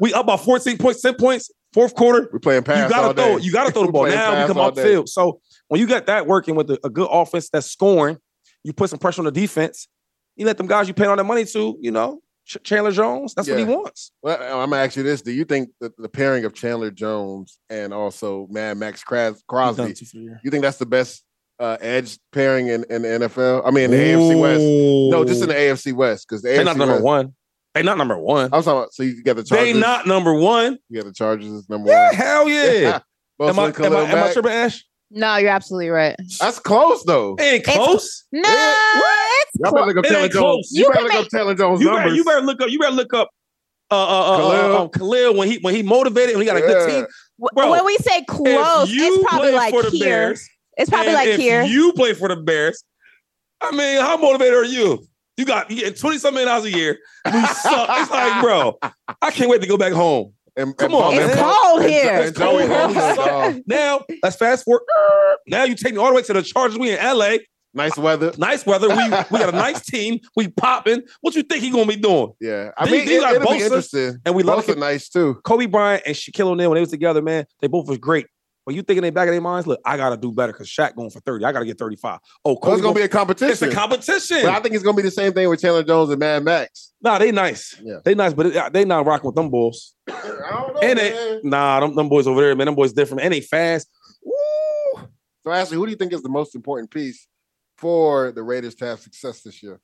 S3: We up by fourteen points, ten points, fourth quarter.
S2: We're playing pass
S3: you
S2: all
S3: gotta
S2: day.
S3: throw, it. you gotta throw the
S2: We
S3: ball.
S2: playing
S3: Now we
S2: pass
S3: come
S2: all
S3: off
S2: day.
S3: field. So when you got that working with a, a good offense that's scoring, you put some pressure on the defense. You let them guys you paying all that money to, you know, Ch- Chandler Jones. That's what
S2: Yeah.
S3: he wants.
S2: Well, I'm gonna ask you this: Do you think that the pairing of Chandler Jones and also Mad Max Cras-
S3: He's
S2: Crosby,
S3: done two for the year.
S2: you think that's the best uh, edge pairing in, in the NFL? I mean, in the AFC West. No, just in the AFC West because the
S3: They
S2: AFC
S3: not number
S2: West-
S3: one. They not number one.
S2: I'm talking about. So you got the
S3: They
S2: Chargers.
S3: not number one.
S2: You got the Chargers as number
S3: Yeah,
S2: one.
S3: hell yeah.
S2: Bosa
S3: am, I,
S2: and
S3: am,
S2: Khalil
S3: I, am I
S2: Mack.
S3: tripping, Ash?
S4: No, you're absolutely right.
S2: That's close though.
S3: It ain't
S4: It's-
S3: close.
S4: No,
S3: Uh, What?
S4: it's
S2: Y'all better go
S3: It
S2: Taylor
S3: ain't
S2: Jones.
S3: close.
S2: You,
S4: You
S2: better
S4: can
S2: go
S4: make-
S2: Taylor Jones
S3: You
S2: numbers.
S3: better, you better look up. You better look up. Uh, uh, uh, Khalil. Uh,
S2: Khalil.
S3: uh, Khalil when he when he motivated and he got a good
S2: Yeah.
S3: team.
S4: W-
S3: Bro,
S4: when we say
S3: If
S4: close,
S3: you
S4: it's probably
S3: play
S4: like
S3: for the
S4: here.
S3: Bears,
S4: It's probably
S3: and
S4: like
S3: if
S4: here.
S3: You play for the Bears. I mean, how motivated are you? You got you getting twenty something dollars a year. We suck. It's like, bro, I can't wait to go back home.
S2: And, and
S3: Come on,
S2: Paul-
S3: Oh, man.
S4: it's
S2: and Paul-
S4: cold
S2: and-
S4: here.
S2: and Joey
S3: cold.
S2: Bosa, dog.
S3: Now let's fast forward. Now you take me all the way to the Chargers. We in LA.
S2: Nice weather.
S3: Nice weather. We we got a nice team. We popping. What you think he gonna be doing?
S2: Yeah, I
S3: These-
S2: mean,
S3: these
S2: it,
S3: are
S2: it'll be
S3: Bosa.
S2: interesting.
S3: And we love
S2: Both
S3: him.
S2: are nice too.
S3: Kobe Bryant and Shaquille O'Neal when they was together, man, they both was great. When you think in their back of their minds, look, I gotta do better because Shaq going for thirty, I gotta get thirty-five. Oh,
S2: Well,
S3: Kobe
S2: it's gonna be a
S3: it's
S2: competition.
S3: a competition.
S2: but I think it's gonna be the same thing with Chandler Jones and Mad Max.
S3: nah, they nice.
S2: Yeah.
S3: They nice, but it- uh, they not rocking with them boys.
S2: I don't know, man.
S3: And they nah, them, them boys over there, man, them boys different. And they fast. Woo!
S2: So, Ashley, who do you think is the most important piece for the Raiders to have success this year?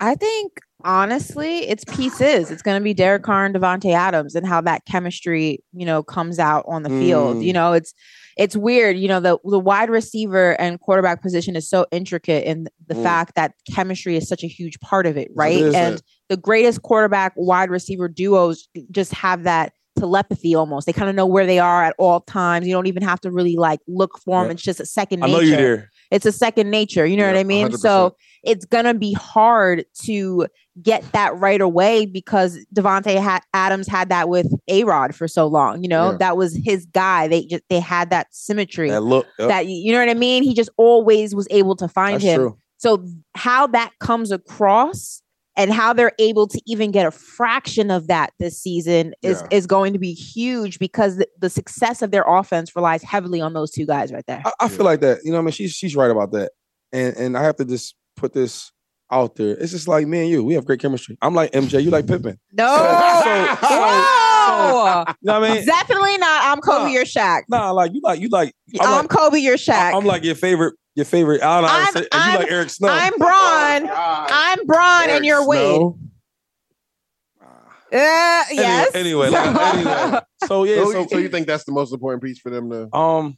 S4: I think honestly, it's pieces. It's going to be Derek Carr and Devontae Adams and how that chemistry, you know, comes out on the field.
S3: Mm.
S4: You know, it's it's weird, you know, the the wide receiver and quarterback position is so intricate in the
S3: Mm.
S4: fact that chemistry is such a huge part of it, right?
S3: is,
S4: and
S3: yeah.
S4: the greatest quarterback wide receiver duos just have that telepathy almost. They kind of know where they are at all times. You don't even have to really like look for them.
S3: Yeah.
S4: It's just a second
S3: I
S4: nature
S3: know you're there.
S4: it's a second nature you know what
S2: Yeah,
S4: i mean so it's gonna be hard to get that right away because devonte ha- adams had that with a rod for so long you know
S2: Yeah.
S4: that was his guy they just they had that symmetry
S3: That look. Yep,
S4: that you know what i mean he just always was able to find
S3: that's
S4: him
S3: true.
S4: so how that comes across and how they're able to even get a fraction of that this season is is going to be huge because the, the success of their offense relies heavily on those two guys right there
S3: I, I feel like that. You know, what I mean, she's she's right about that, and and I have to just put this out there. It's just like me and you. We have great chemistry. I'm like MJ. You like Pippen.
S4: no
S3: So- so-
S4: Whoa!
S3: You know what I mean?
S4: Definitely not. I'm Kobe.
S3: Nah.
S4: You're Shaq.
S3: Nah, like you like you like.
S4: I'm,
S3: I'm like,
S4: Kobe. You're Shaq.
S3: I'm like your favorite your favorite. I don't know. how to
S4: I'm-
S3: say- and you like Eric Snow.
S4: I'm Braun.
S3: Oh,
S4: I'm Braun, and you're Wade. Uh, yes.
S3: Anyway, anyway, like, anyway. So yeah.
S2: So,
S3: So,
S2: so you think that's the most important piece for them to?
S3: Um,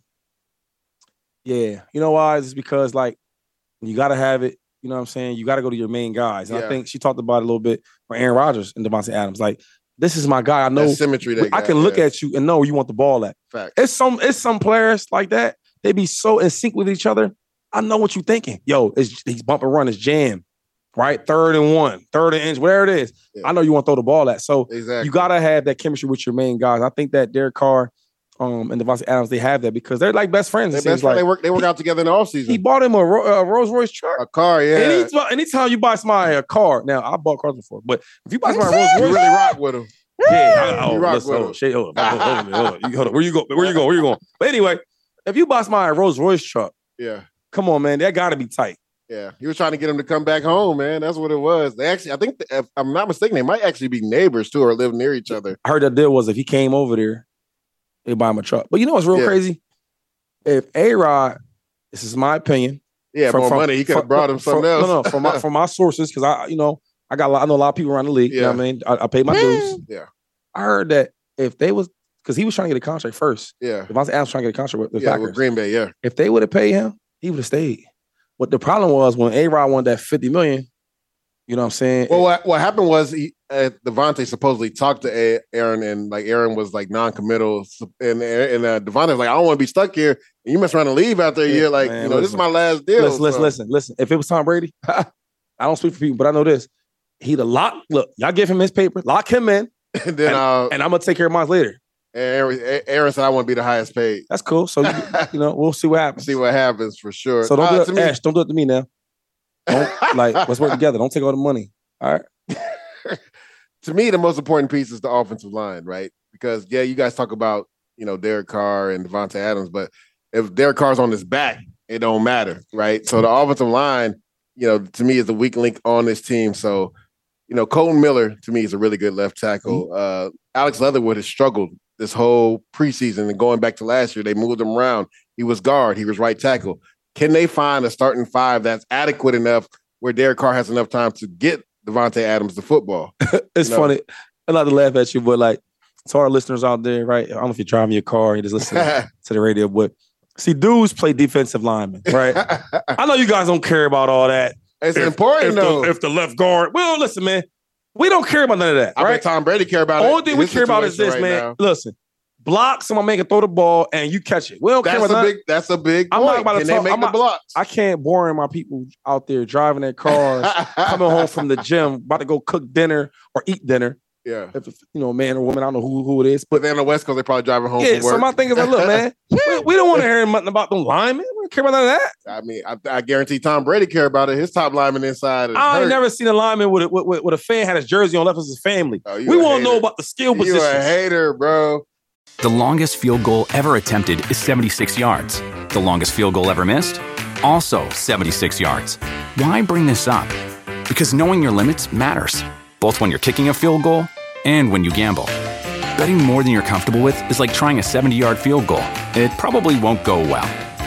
S3: yeah, you know why? It's because like you got to have it. You know what I'm saying? You got to go to your main guys. And I
S2: Yeah.
S3: think she talked about it a little bit for Aaron Rodgers and Devontae Adams. Like this is my guy. I know
S2: that symmetry. They
S3: I
S2: got,
S3: can look
S2: yeah.
S3: at you and know where you want the ball at.
S2: Fact.
S3: It's some it's some players like that. They be so in sync with each other. I know what you're thinking. Yo, it's he's bump and run. It's jam, right? Third and one, third and inch, whatever it is.
S2: Yeah.
S3: I know you want to throw the ball at. So
S2: Exactly.
S3: you gotta have that chemistry with your main guys. I think that Derek Carr um, and Devontae Adams they have that because they're like best friends.
S2: They,
S3: It
S2: best
S3: seems
S2: friend, they
S3: like
S2: work. They work out together in the
S3: he
S2: offseason.
S3: bought him a, Ro- a Rolls Royce truck.
S2: A car, yeah.
S3: Any, anytime you buy somebody a car, now I bought cars before, but if you buy somebody a Rolls
S2: you
S3: Royce,
S2: really rock with him.
S3: yeah, I, oh,
S2: You rock
S3: listen,
S2: with
S3: hold on,
S2: him.
S3: shit, hold on, hold on, hold on, hold on. You- hold on. Where you go? Where you go? Where you going? But anyway, if you buy somebody a Rolls Royce truck,
S2: Yeah,
S3: come on, man, that gotta be tight.
S2: yeah. He was trying to get him to come back home, man. That's what it was. They actually, I think, if I'm not mistaken, they might actually be neighbors too, or live near each other.
S3: I heard that deal was if he came over there, they buy him a truck. But you know what's real
S2: Yeah.
S3: crazy? If A Rod, this is my opinion.
S2: Yeah,
S3: from-
S2: more
S3: from-
S2: money. He could
S3: from-
S2: have brought him
S3: from-
S2: something else.
S3: No, no, from my from my sources, because I you know I got a lot, I know a lot of people around the league. You know
S2: Yeah.
S3: what I mean? I, I paid my dues.
S2: Yeah.
S3: I heard that if they was because he was trying to get a contract first.
S2: yeah,
S3: If I was trying to get a contract with the
S2: yeah.
S3: Packers,
S2: With Green Bay, yeah,
S3: if they would have paid him, he would have stayed. But the problem was when A Rod wanted that 50 million, you know what I'm saying?
S2: Well, what, what happened was he, uh, Devontae supposedly talked to A- Aaron, and like Aaron was like non-committal, sup- and and uh, Devontae was like, "I don't want to be stuck here." And you must run to leave after a
S3: Yeah,
S2: year. Like,
S3: man,
S2: you know, this is
S3: listen.
S2: my last deal.
S3: listen, listen,
S2: so-
S3: listen, listen. If it was Tom Brady, I don't speak for people, but I know this. He'd have locked, look, y'all give him his paper, lock him in,
S2: And then uh,
S3: and I'm gonna take care of mine later.
S2: Aaron, Aaron said, "I want to be the highest paid."
S3: That's cool. So you, you know, we'll see what happens.
S2: See what happens for sure.
S3: so don't
S2: Uh,
S3: do it,
S2: to me-
S3: Ash, don't do it to me now. Don't, like, let's work together. Don't take all the money. All right.
S2: to me, the most important piece is the offensive line, right? Because yeah, you guys talk about you know Derek Carr and Devontae Adams, but if Derek Carr's on his back, it don't matter, right? So the offensive line, you know, to me is the weak link on this team. So you know, Colton Miller to me is a really good left tackle. Uh, Alex Leatherwood has struggled this whole preseason and going back to last year, they moved him around. He was guard, he was right tackle. Can they find a starting five that's adequate enough where Derek Carr has enough time to get Devontae Adams the football?
S3: It's
S2: No.
S3: funny. I like to laugh at you, but like to our listeners out there, right? I don't know if you're driving your car, you just listen to the radio, but see, dudes play defensive linemen, right? I know you guys don't care about all that.
S2: it's
S3: If-
S2: important
S3: if,
S2: though.
S3: the, if the left guard, well, listen, man, we don't care about none of that,
S2: I bet
S3: right?
S2: Tom Brady care about it.
S3: Only thing we
S2: his
S3: care about is this,
S2: situation
S3: man.
S2: right now.
S3: Listen, block someone make it throw the ball and you catch it. We don't care
S2: That's
S3: about
S2: a
S3: none-
S2: big. That's a big.
S3: I'm
S2: Point.
S3: not about to
S2: Can
S3: talk-
S2: they make
S3: I'm
S2: the
S3: not-
S2: blocks?
S3: I can't boring my people out there driving their cars, coming home from the gym, about to go cook dinner or eat dinner.
S2: yeah,
S3: If it's, you know, a man or woman, I don't know who, who it is, but
S2: but then on the West Coast, they probably driving home.
S3: yeah.
S2: from work.
S3: So my thing is like, look, man, we, we don't want to hear nothing about them linemen. We don't care about none of that.
S2: I mean, I, I guarantee Tom Brady care about it. His top lineman inside. Is
S3: I ain't
S2: hurt.
S3: never seen a lineman with a, with, with- with a fan had his jersey on left as his family.
S2: Oh, you
S3: we
S2: a
S3: want to know
S2: hater.
S3: about the skill
S2: You a
S3: position.
S2: hater, bro.
S6: The longest field goal ever attempted is 76 yards. The longest field goal ever missed? Also 76 yards. Why bring this up? Because knowing your limits matters, both when you're kicking a field goal and when you gamble. Betting more than you're comfortable with is like trying a 70 yard field goal, it probably won't go well.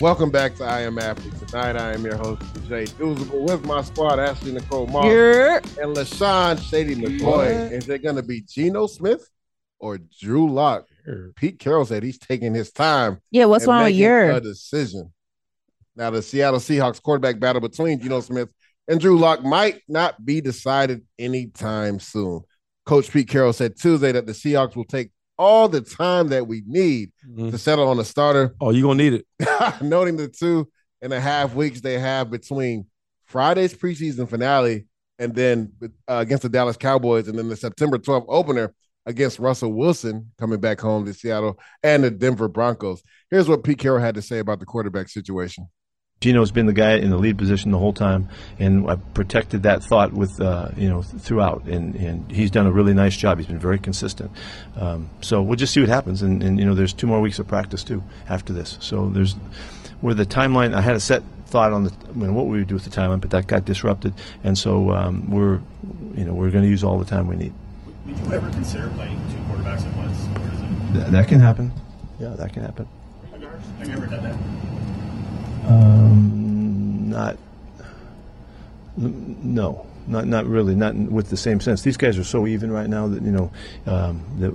S2: Welcome back to I Am Athlete. Tonight I am your host, Jay Doozable, with my squad, Ashley Nicole Moss and LaShawn Shady McCoy.
S7: Yeah.
S2: Is it gonna be Geno Smith or Drew Lock? Pete Carroll said he's taking his time.
S4: Yeah, what's
S2: in
S4: wrong with
S2: making
S4: your-
S2: a decision? Now the Seattle Seahawks quarterback battle between Geno Smith and Drew Lock might not be decided anytime soon. Coach Pete Carroll said Tuesday that the Seahawks will take all the time that we need
S4: Mm.
S2: to settle on a starter.
S3: Oh, you're gonna need it.
S2: noting the two and a half weeks they have between Friday's preseason finale and then uh, against the Dallas Cowboys, and then the September 12th opener against Russell Wilson coming back home to Seattle and the Denver Broncos. Here's what Pete Carroll had to say about the quarterback situation.
S8: Gino's been the guy in the lead position the whole time, and I protected that thought with uh, you know throughout, and, and he's done a really nice job. He's been very consistent. Um, so we'll just see what happens, and, and you know there's two more weeks of practice too after this. So there's where the timeline. I had a set thought on the I mean, what we would do with the timeline, but that got disrupted, and so um, we're you know we're going to use all the time we need.
S9: Would you ever consider playing two quarterbacks at once? Or is it...
S8: Th- that can happen. Yeah, that can happen.
S9: I've never- I've never done that.
S8: Um, not. n- No, not not really. Not in- with the same sense. These guys are so even right now that you know um, that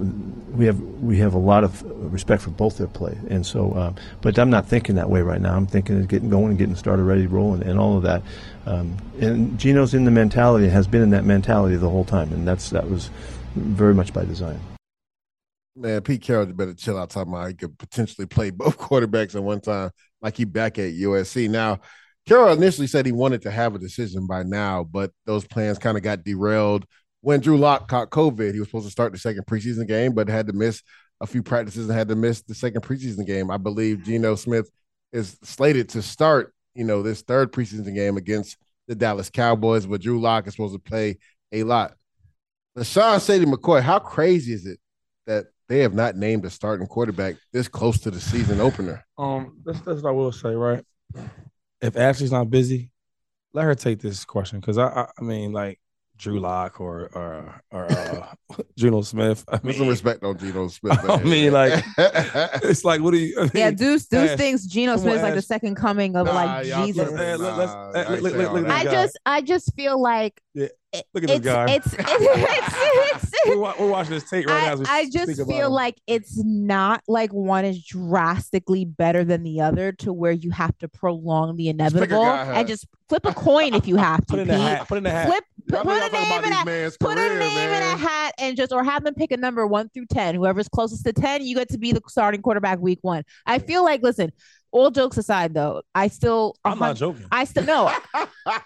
S8: we have we have a lot of respect for both their play, and so. Um, but I'm not thinking that way right now. I'm thinking of getting going and getting started, ready to roll, and, and all of that. Um, and Gino's in the mentality, has been in that mentality the whole time, and that's that was very much by design.
S2: Man, Pete Carroll better chill out talking about how he could potentially play both quarterbacks at one time, like he back at USC. Now, Carroll initially said he wanted to have a decision by now, but those plans kind of got derailed when Drew Lock caught COVID. He was supposed to start the second preseason game, but had to miss a few practices and had to miss the second preseason game. I believe Geno Smith is slated to start, you know, this third preseason game against the Dallas Cowboys, but Drew Lock is supposed to play a lot. LaShawn Sadie McCoy, how crazy is it that they have not named a starting quarterback this close to the season opener?
S3: Um, that's that's what I will say, right? If Ashley's not busy, let her take this question because I, I I mean like Drew Lock or or or uh, Geno Smith. I
S2: Put
S3: mean,
S2: some respect on Geno Smith.
S3: I mean, like it's like what do you? I mean,
S4: Yeah, Deuce Deuce
S3: Ash-
S4: thinks Geno
S3: come on,
S4: Smith is like the
S3: Ash.
S4: second coming of
S3: Nah,
S4: like
S3: y'all
S4: Jesus.
S3: tripping. Man, let- let's- eh, look- look- look at this guy.
S4: I just I just feel like
S3: Yeah,
S4: it-
S3: look at this
S4: it's,
S3: guy.
S4: It's it's it's,
S3: we're, wa- we're watching this tape right now.
S4: I,
S3: as we
S4: I
S3: speak
S4: just
S3: about
S4: feel
S3: him.
S4: like it's not like one is drastically better than the other to where you have to prolong the
S2: a
S4: inevitable
S2: guy, huh?
S4: and just flip a coin if you have to.
S3: Put in a
S4: Pete.
S3: hat. Put in a hat.
S4: Flip
S2: Y'all
S4: put
S2: know
S4: a
S2: y'all talking
S4: name
S2: about
S4: in a
S2: these man's
S4: put a
S2: career,
S4: name in a
S2: man.
S4: hat and just or have them pick a number one through ten. Whoever's closest to ten, you get to be the starting quarterback week one. I feel like listen, all jokes aside though, I still
S3: I'm not joking.
S4: I still no.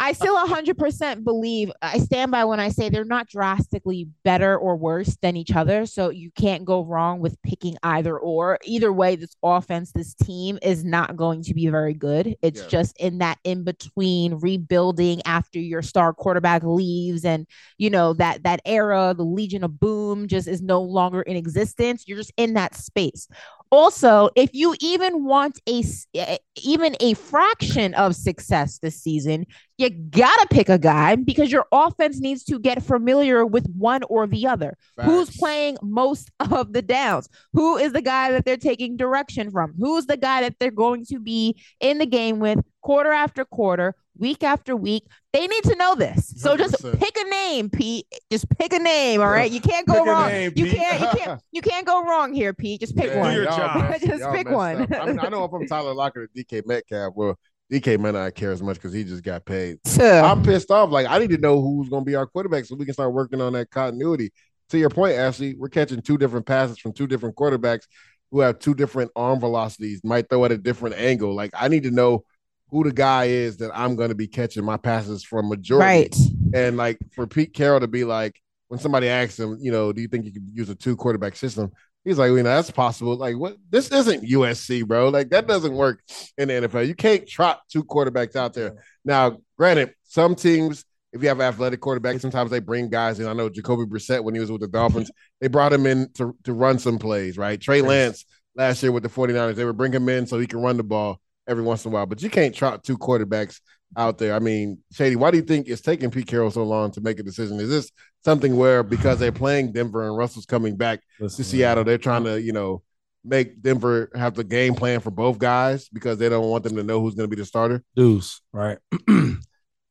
S4: I still 100% believe I stand by when I say they're not drastically better or worse than each other. So you can't go wrong with picking either or. Either way, this offense, this team is not going to be very good. It's
S10: Yeah.
S4: just in that in between rebuilding after your star quarterback leaves and you know that that era, the Legion of Boom just is no longer in existence. You're just in that space Also, if you even want a s- eh, even a fraction of success this season, you gotta pick a guy because your offense needs to get familiar with one or the other. Who's playing most of the downs? Who is the guy that they're taking direction from? Who's the guy that they're going to be in the game with quarter after quarter, week after week? They need to know this. So just
S7: 100%.
S4: pick a name, Pete. Just pick a name. All right, you can't go
S7: Pick a
S4: wrong.
S7: name,
S4: you
S7: Pete.
S4: can't. You can't. You can't go wrong here, Pete. Just pick
S2: Yeah,
S4: one.
S2: y'all messed-
S4: Just
S2: y'all
S4: pick
S2: messed
S4: one.
S2: up. I, mean, I know if I'm Tyler Lockett or DK Metcalf, well, DK may not care as much because he just got paid. I'm pissed off. Like, I need to know who's going to be our quarterback so we can start working on that continuity. To your point, Ashley, we're catching two different passes from two different quarterbacks who have two different arm velocities, might throw at a different angle. Like, I need to know who the guy is that I'm going to be catching my passes from majority.
S4: Right.
S2: And like for Pete Carroll to be like, when somebody asks him, you know, do you think you could use a two quarterback system? He's like, well, you know, that's possible. Like, what? This isn't USC, bro. Like, that doesn't work in the NFL. You can't trot two quarterbacks out there. Now, granted, some teams, if you have athletic quarterbacks, sometimes they bring guys in. I know Jacoby Brissett, when he was with the Dolphins, they brought him in to, to run some plays, right? Trey Lance last year with the 49ers, they would bring him in so he can run the ball every once in a while. But you can't trot two quarterbacks out there. I mean, Shady, why do you think it's taking Pete Carroll so long to make a decision? Is this something where because they're playing Denver and Russell's coming back to Seattle, they're trying to, you know, make Denver have the game plan for both guys because they don't want them to know who's going to be the starter?
S3: dudes, right? you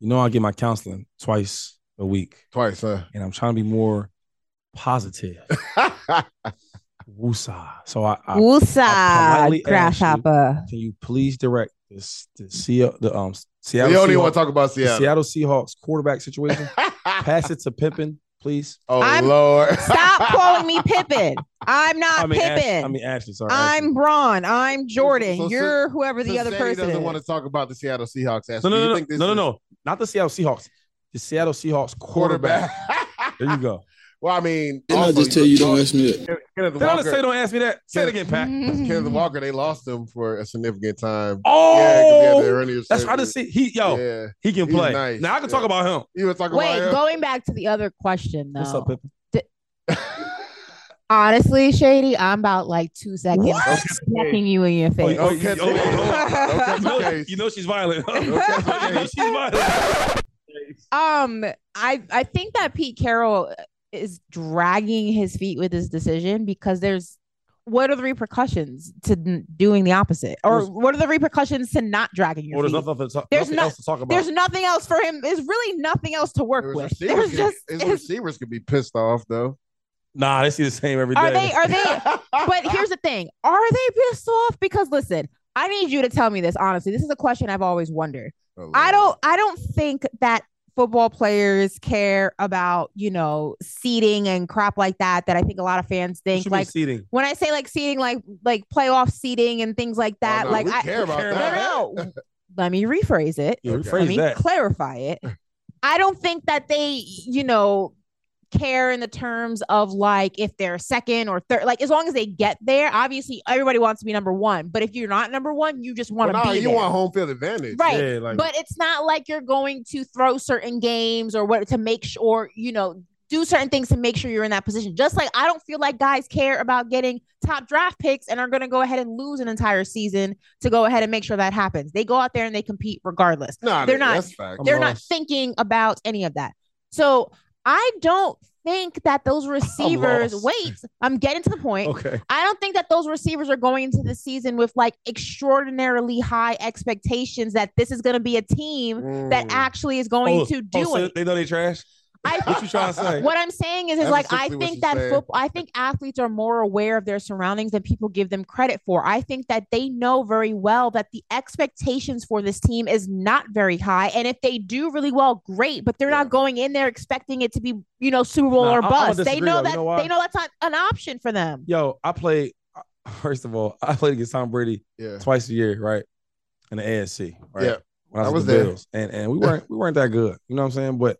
S3: know, I get my counseling twice a week.
S2: Twice, huh?
S3: And I'm trying to be more positive. Woosah. So I, I,
S4: Woosah,
S3: I politely ask you,
S4: grasshopper.
S3: Can you please direct this the Seattle the um Seattle?
S2: We don't even
S3: Seahawks-
S2: wanna talk about
S3: the
S2: Seattle.
S3: Seattle Seahawks quarterback situation. Pass it to Pippen, please.
S2: Oh
S4: I'm-
S2: Lord.
S4: Stop calling me Pippin. I'm not
S3: I mean, Ash-
S4: Pippin.
S3: I mean Ashley, sorry. Ashley.
S4: Uh, I'm Braun. I'm Jordan.
S3: so-
S4: You're whoever the
S2: Since
S4: other
S2: Shady
S4: person.
S2: doesn't
S4: is.
S2: want to talk about the Seattle Seahawks. Ask,
S3: No, no,
S2: do you
S3: no, no,
S2: think this
S3: no, no,
S2: is-
S3: no. Not the Seattle Seahawks. The Seattle Seahawks quarterback. there you go.
S2: Well, I mean,
S3: Didn't I just tell you don't ask me that?
S2: Kenneth
S3: They don't
S2: Walker-
S3: say don't ask me that. Say it again, Pat.
S2: Kenneth Walker, they lost him for a significant time.
S3: Oh,
S2: earlier
S3: that's right. I just see he yo. He can
S2: He's
S3: play.
S2: nice.
S3: Now I can talk
S2: Yeah.
S3: about him.
S2: You were talking
S4: Wait, going back to the other question though.
S3: What's up, Pippen?
S4: Honestly, Shady, I'm about like two seconds smacking you in your face.
S3: Oh, you- oh, oh, you know- You know she's violent. she's violent.
S4: Um, I I think that Pete Carroll is dragging his feet with his decision because there's what are the repercussions to n- doing the opposite, or
S3: There's-
S4: what are the repercussions to not dragging your
S3: Well, there's
S4: feet?
S3: nothing, to talk,
S4: There's
S3: nothing
S4: no-
S3: else to talk about.
S4: There's nothing else for him. There's really nothing else to work with. There's
S2: Receivers could-
S4: just
S2: his receivers could be pissed off though.
S3: Nah, they see the same every day.
S4: Are they? Are they? but here's the thing: Are they pissed off? Because listen, I need you to tell me this honestly. This is a question I've always wondered. I don't. I don't think that football players care about you know seating and crap like that. That I think a lot of fans think
S3: you mean
S4: like
S3: seating?
S4: When I say like seating, like like playoff seating and things like that.
S2: Oh, no,
S4: like
S2: we
S4: I
S2: care about
S4: No, no,
S2: that.
S4: no. Let me rephrase it.
S3: Yeah,
S4: Let
S3: rephrase
S4: me
S3: that.
S4: clarify it. I don't think that they, you know, care in the terms of like if they're second or third, like as long as they get there. Obviously, everybody wants to be number one, but if you're not number one, you just want to
S2: Well, nah,
S4: be
S2: you
S4: there.
S2: want home field advantage,
S4: Right, but it's not like you're going to throw certain games or what to make sure you know do certain things to make sure you're in that position. Just like I don't feel like guys care about getting top draft picks and are going to go ahead and lose an entire season to go ahead and make sure that happens. They go out there and they compete regardless.
S2: Nah,
S4: they're
S2: that-
S4: not.
S2: that's fact.
S4: They're
S2: I'm
S4: not
S2: lost.
S4: thinking about any of that. So I don't think that those receivers.
S7: lost.
S4: wait, I'm getting to the point.
S7: Okay.
S4: I don't think that those receivers are going into the season with like extraordinarily high expectations that this is going to be a team that
S3: Mm.
S4: actually is going
S3: Oh,
S4: to
S3: oh,
S4: do
S3: so
S4: it.
S3: They know they trash.
S4: I,
S3: what you trying to say?
S4: What I'm saying is, is
S3: That's
S4: like I
S3: essentially what she's
S4: think that
S3: saying.
S4: football, I think athletes are more aware of their surroundings than people give them credit for. I think that they know very well that the expectations for this team is not very high, and if they do really well, great. But they're not going in there expecting it to be, you know, Super Bowl
S3: Nah,
S4: or
S3: I- I would
S4: bust. They
S3: disagree,
S4: know
S3: though.
S4: that
S3: You know why?
S4: they know that's not an option for them.
S3: Yo, I played. First of all, I played against Tom Brady
S2: Yeah.
S3: twice a year, right? In the ASC, right?
S2: Yeah.
S3: When
S2: I
S3: I was,
S2: was
S3: with the
S2: there.
S3: Bills. and and we weren't we weren't that good. You know what I'm saying? But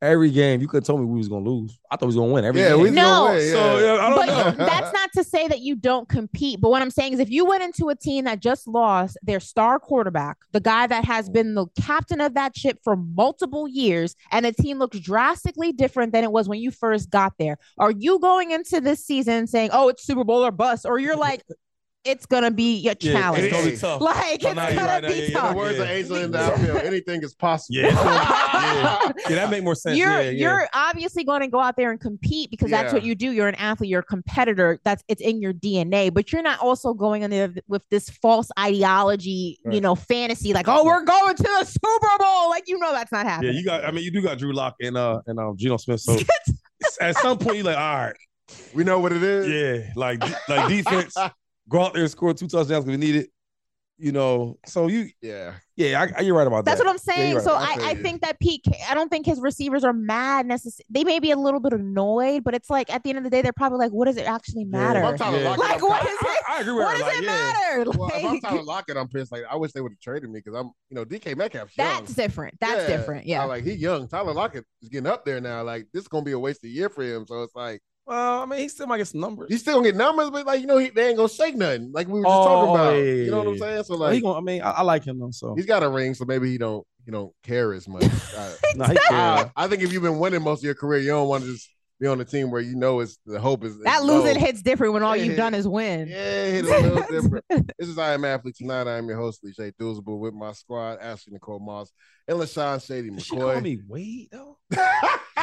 S3: every game, you could have told me we was gonna lose. I thought we was gonna win. Every
S2: Yeah,
S3: game.
S2: we was gonna
S4: No.
S2: win,
S3: So
S2: yeah.
S3: yeah, I don't
S4: but
S3: know.
S4: that's not to say that you don't compete. But what I'm saying is, if you went into a team that just lost their star quarterback, the guy that has been the captain of that ship for multiple years, and the team looks drastically different than it was when you first got there, are you going into this season saying, "Oh, it's Super Bowl or bust," or you're like? it's gonna be your
S2: Yeah, it's
S4: challenge.
S2: gonna be tough.
S4: Like
S2: I'm
S4: it's
S2: not
S4: gonna
S2: even right now,
S4: be
S2: yeah, yeah,
S4: tough.
S2: the words of Angel in the outfield, anything is possible.
S3: Yeah, yeah. Yeah, that make more sense.
S4: You're
S3: yeah, yeah.
S4: you're obviously going to go out there and compete because that's
S3: Yeah.
S4: what you do. You're an athlete. You're a competitor. That's it's in your DNA. But you're not also going in there with this false ideology, you know, fantasy like, oh, we're going to the Super Bowl. Like you know, that's not
S3: Yeah,
S4: happening.
S3: you got. I mean, you do got Drew Lock and uh and um Geno Smith. So it's- at some point, you're like, all right,
S2: we know what it
S3: is. Yeah, like like defense, go out there and score two touchdowns if we need it. You know, so you
S2: yeah
S3: yeah, I, I- you're right about
S4: That's
S3: that.
S4: what I'm
S3: Yeah,
S4: saying.
S3: you're right
S4: so
S3: about
S4: I,
S3: that.
S4: I think that Pete, Ca- I don't think his receivers are mad necessarily. They may be a little bit annoyed, but it's like at the end of the day, they're probably like, what does it actually matter?
S2: If I'm trying to lock
S4: Like,
S2: it, I'm
S4: what
S2: tired-
S4: is
S2: I,
S4: it?
S2: I agree
S4: what does it matter?
S2: Well, if I'm
S4: Like-
S2: trying to lock it, I'm pissed. Like I wish they would have traded me because I'm, you know, DK Metcalf's young.
S4: That's different. That's different. Yeah.
S2: I, like he young. Tyler Lockett is getting up there now. Like this is gonna be a waste of year for him. So it's like,
S3: well, I mean, he still might get some numbers.
S2: He still gonna get numbers, but like you know, he, they ain't gonna shake nothing. Like we were just
S3: Oh,
S2: talking about.
S3: yeah,
S2: you know what
S3: yeah,
S2: I'm
S3: yeah.
S2: saying? So
S3: Well, he
S2: like,
S3: gonna- I mean, I, I like him though. So
S2: he's got a ring, so maybe he don't, you don't care as much. I,
S3: Nah, he care.
S2: I- I think if you've been winning most of your career, you don't want to just be on a team where you know it's the hope is
S4: that
S2: is
S4: losing
S2: low.
S4: hits different when all
S2: Yeah,
S4: you've
S2: it-
S4: done is win.
S2: Yeah, it hit a little different. This is I Am Athlete Tonight. I am your host, Lee J. Doozable, with my squad, Ashley Nicole Moss, and LaShawn Shady McCoy.
S3: she call me Wade though.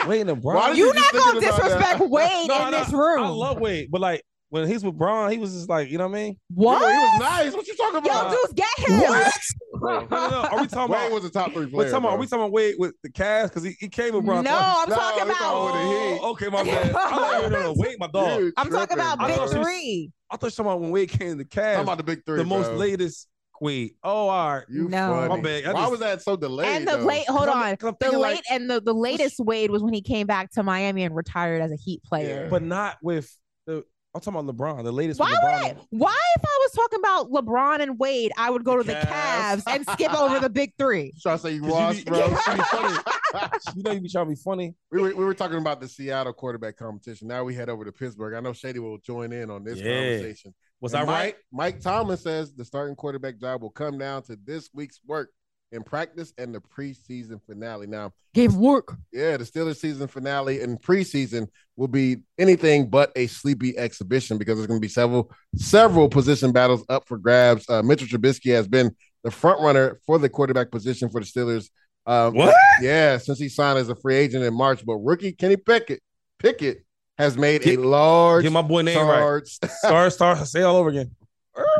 S3: Wade and LeBron.
S2: Why did you You're just not gonna thinking about that? disrespect Wade
S3: No,
S2: in
S3: no,
S2: this room.
S3: I love Wade, but like when he's with Braun, he was just like, you know what I mean?
S4: What?
S2: He was nice. What you talking about?
S4: dudes, get
S3: him.
S2: Bro,
S3: No, no, no. Are we talking
S2: Wade
S3: about?
S2: was a top three
S3: We're
S2: player.
S3: talking about, are we talking about Wade with the Cavs? Because he, he came with Braun.
S4: No,
S3: twice.
S4: I'm No, talking we talking about-
S2: about with the Heat.
S3: Oh, okay, my bad. I like, no, no, no, Wade, my dog.
S2: You I'm talking tripping, about
S3: I
S2: big
S3: thought you-
S4: three.
S3: I thought you were talking about when Wade came to the Cavs.
S2: Talking about the big three,
S3: The most
S2: bro.
S3: latest Wade. Oh, all right.
S2: You
S4: No.
S3: My
S4: funny.
S3: bad. I
S2: Why
S3: just-
S2: was that so delayed?
S4: And the
S2: though?
S4: late, hold
S3: I'm-
S4: on,
S3: 'cause I'm
S4: the
S3: thinking,
S4: late
S3: like,
S4: and the, the latest Wade was when he came back to Miami and retired as a Heat player.
S3: But not with the. I'm talking about LeBron, the latest.
S4: Why
S3: with
S4: would
S3: LeBron.
S4: I? Why, if I was talking about LeBron and Wade, I would go to the Cavs and skip over the big three.
S2: So I say you
S3: 'Cause
S2: lost,
S3: you be-
S2: bro.
S3: you be funny. you know you be trying to be funny.
S2: We were, we were talking about the Seattle quarterback competition. Now we head over to Pittsburgh. I know Shady will join in on this
S3: Yeah.
S2: conversation.
S3: Was
S2: And
S3: I
S2: Mike-
S3: right?
S2: Mike Tomlin says the starting quarterback job will come down to this week's work in practice and the preseason finale. Now,
S4: Give work.
S2: yeah, the Steelers season finale and preseason will be anything but a sleepy exhibition because there's going to be several several position battles up for grabs. Uh, Mitchell Trubisky has been the front runner for the quarterback position for the Steelers. Um,
S3: What?
S2: Yeah, since he signed as a free agent in March, but rookie Kenny Pickett Pickett has made a large
S3: Get my boy name right.
S2: charge.
S3: Star, star, say it all over again.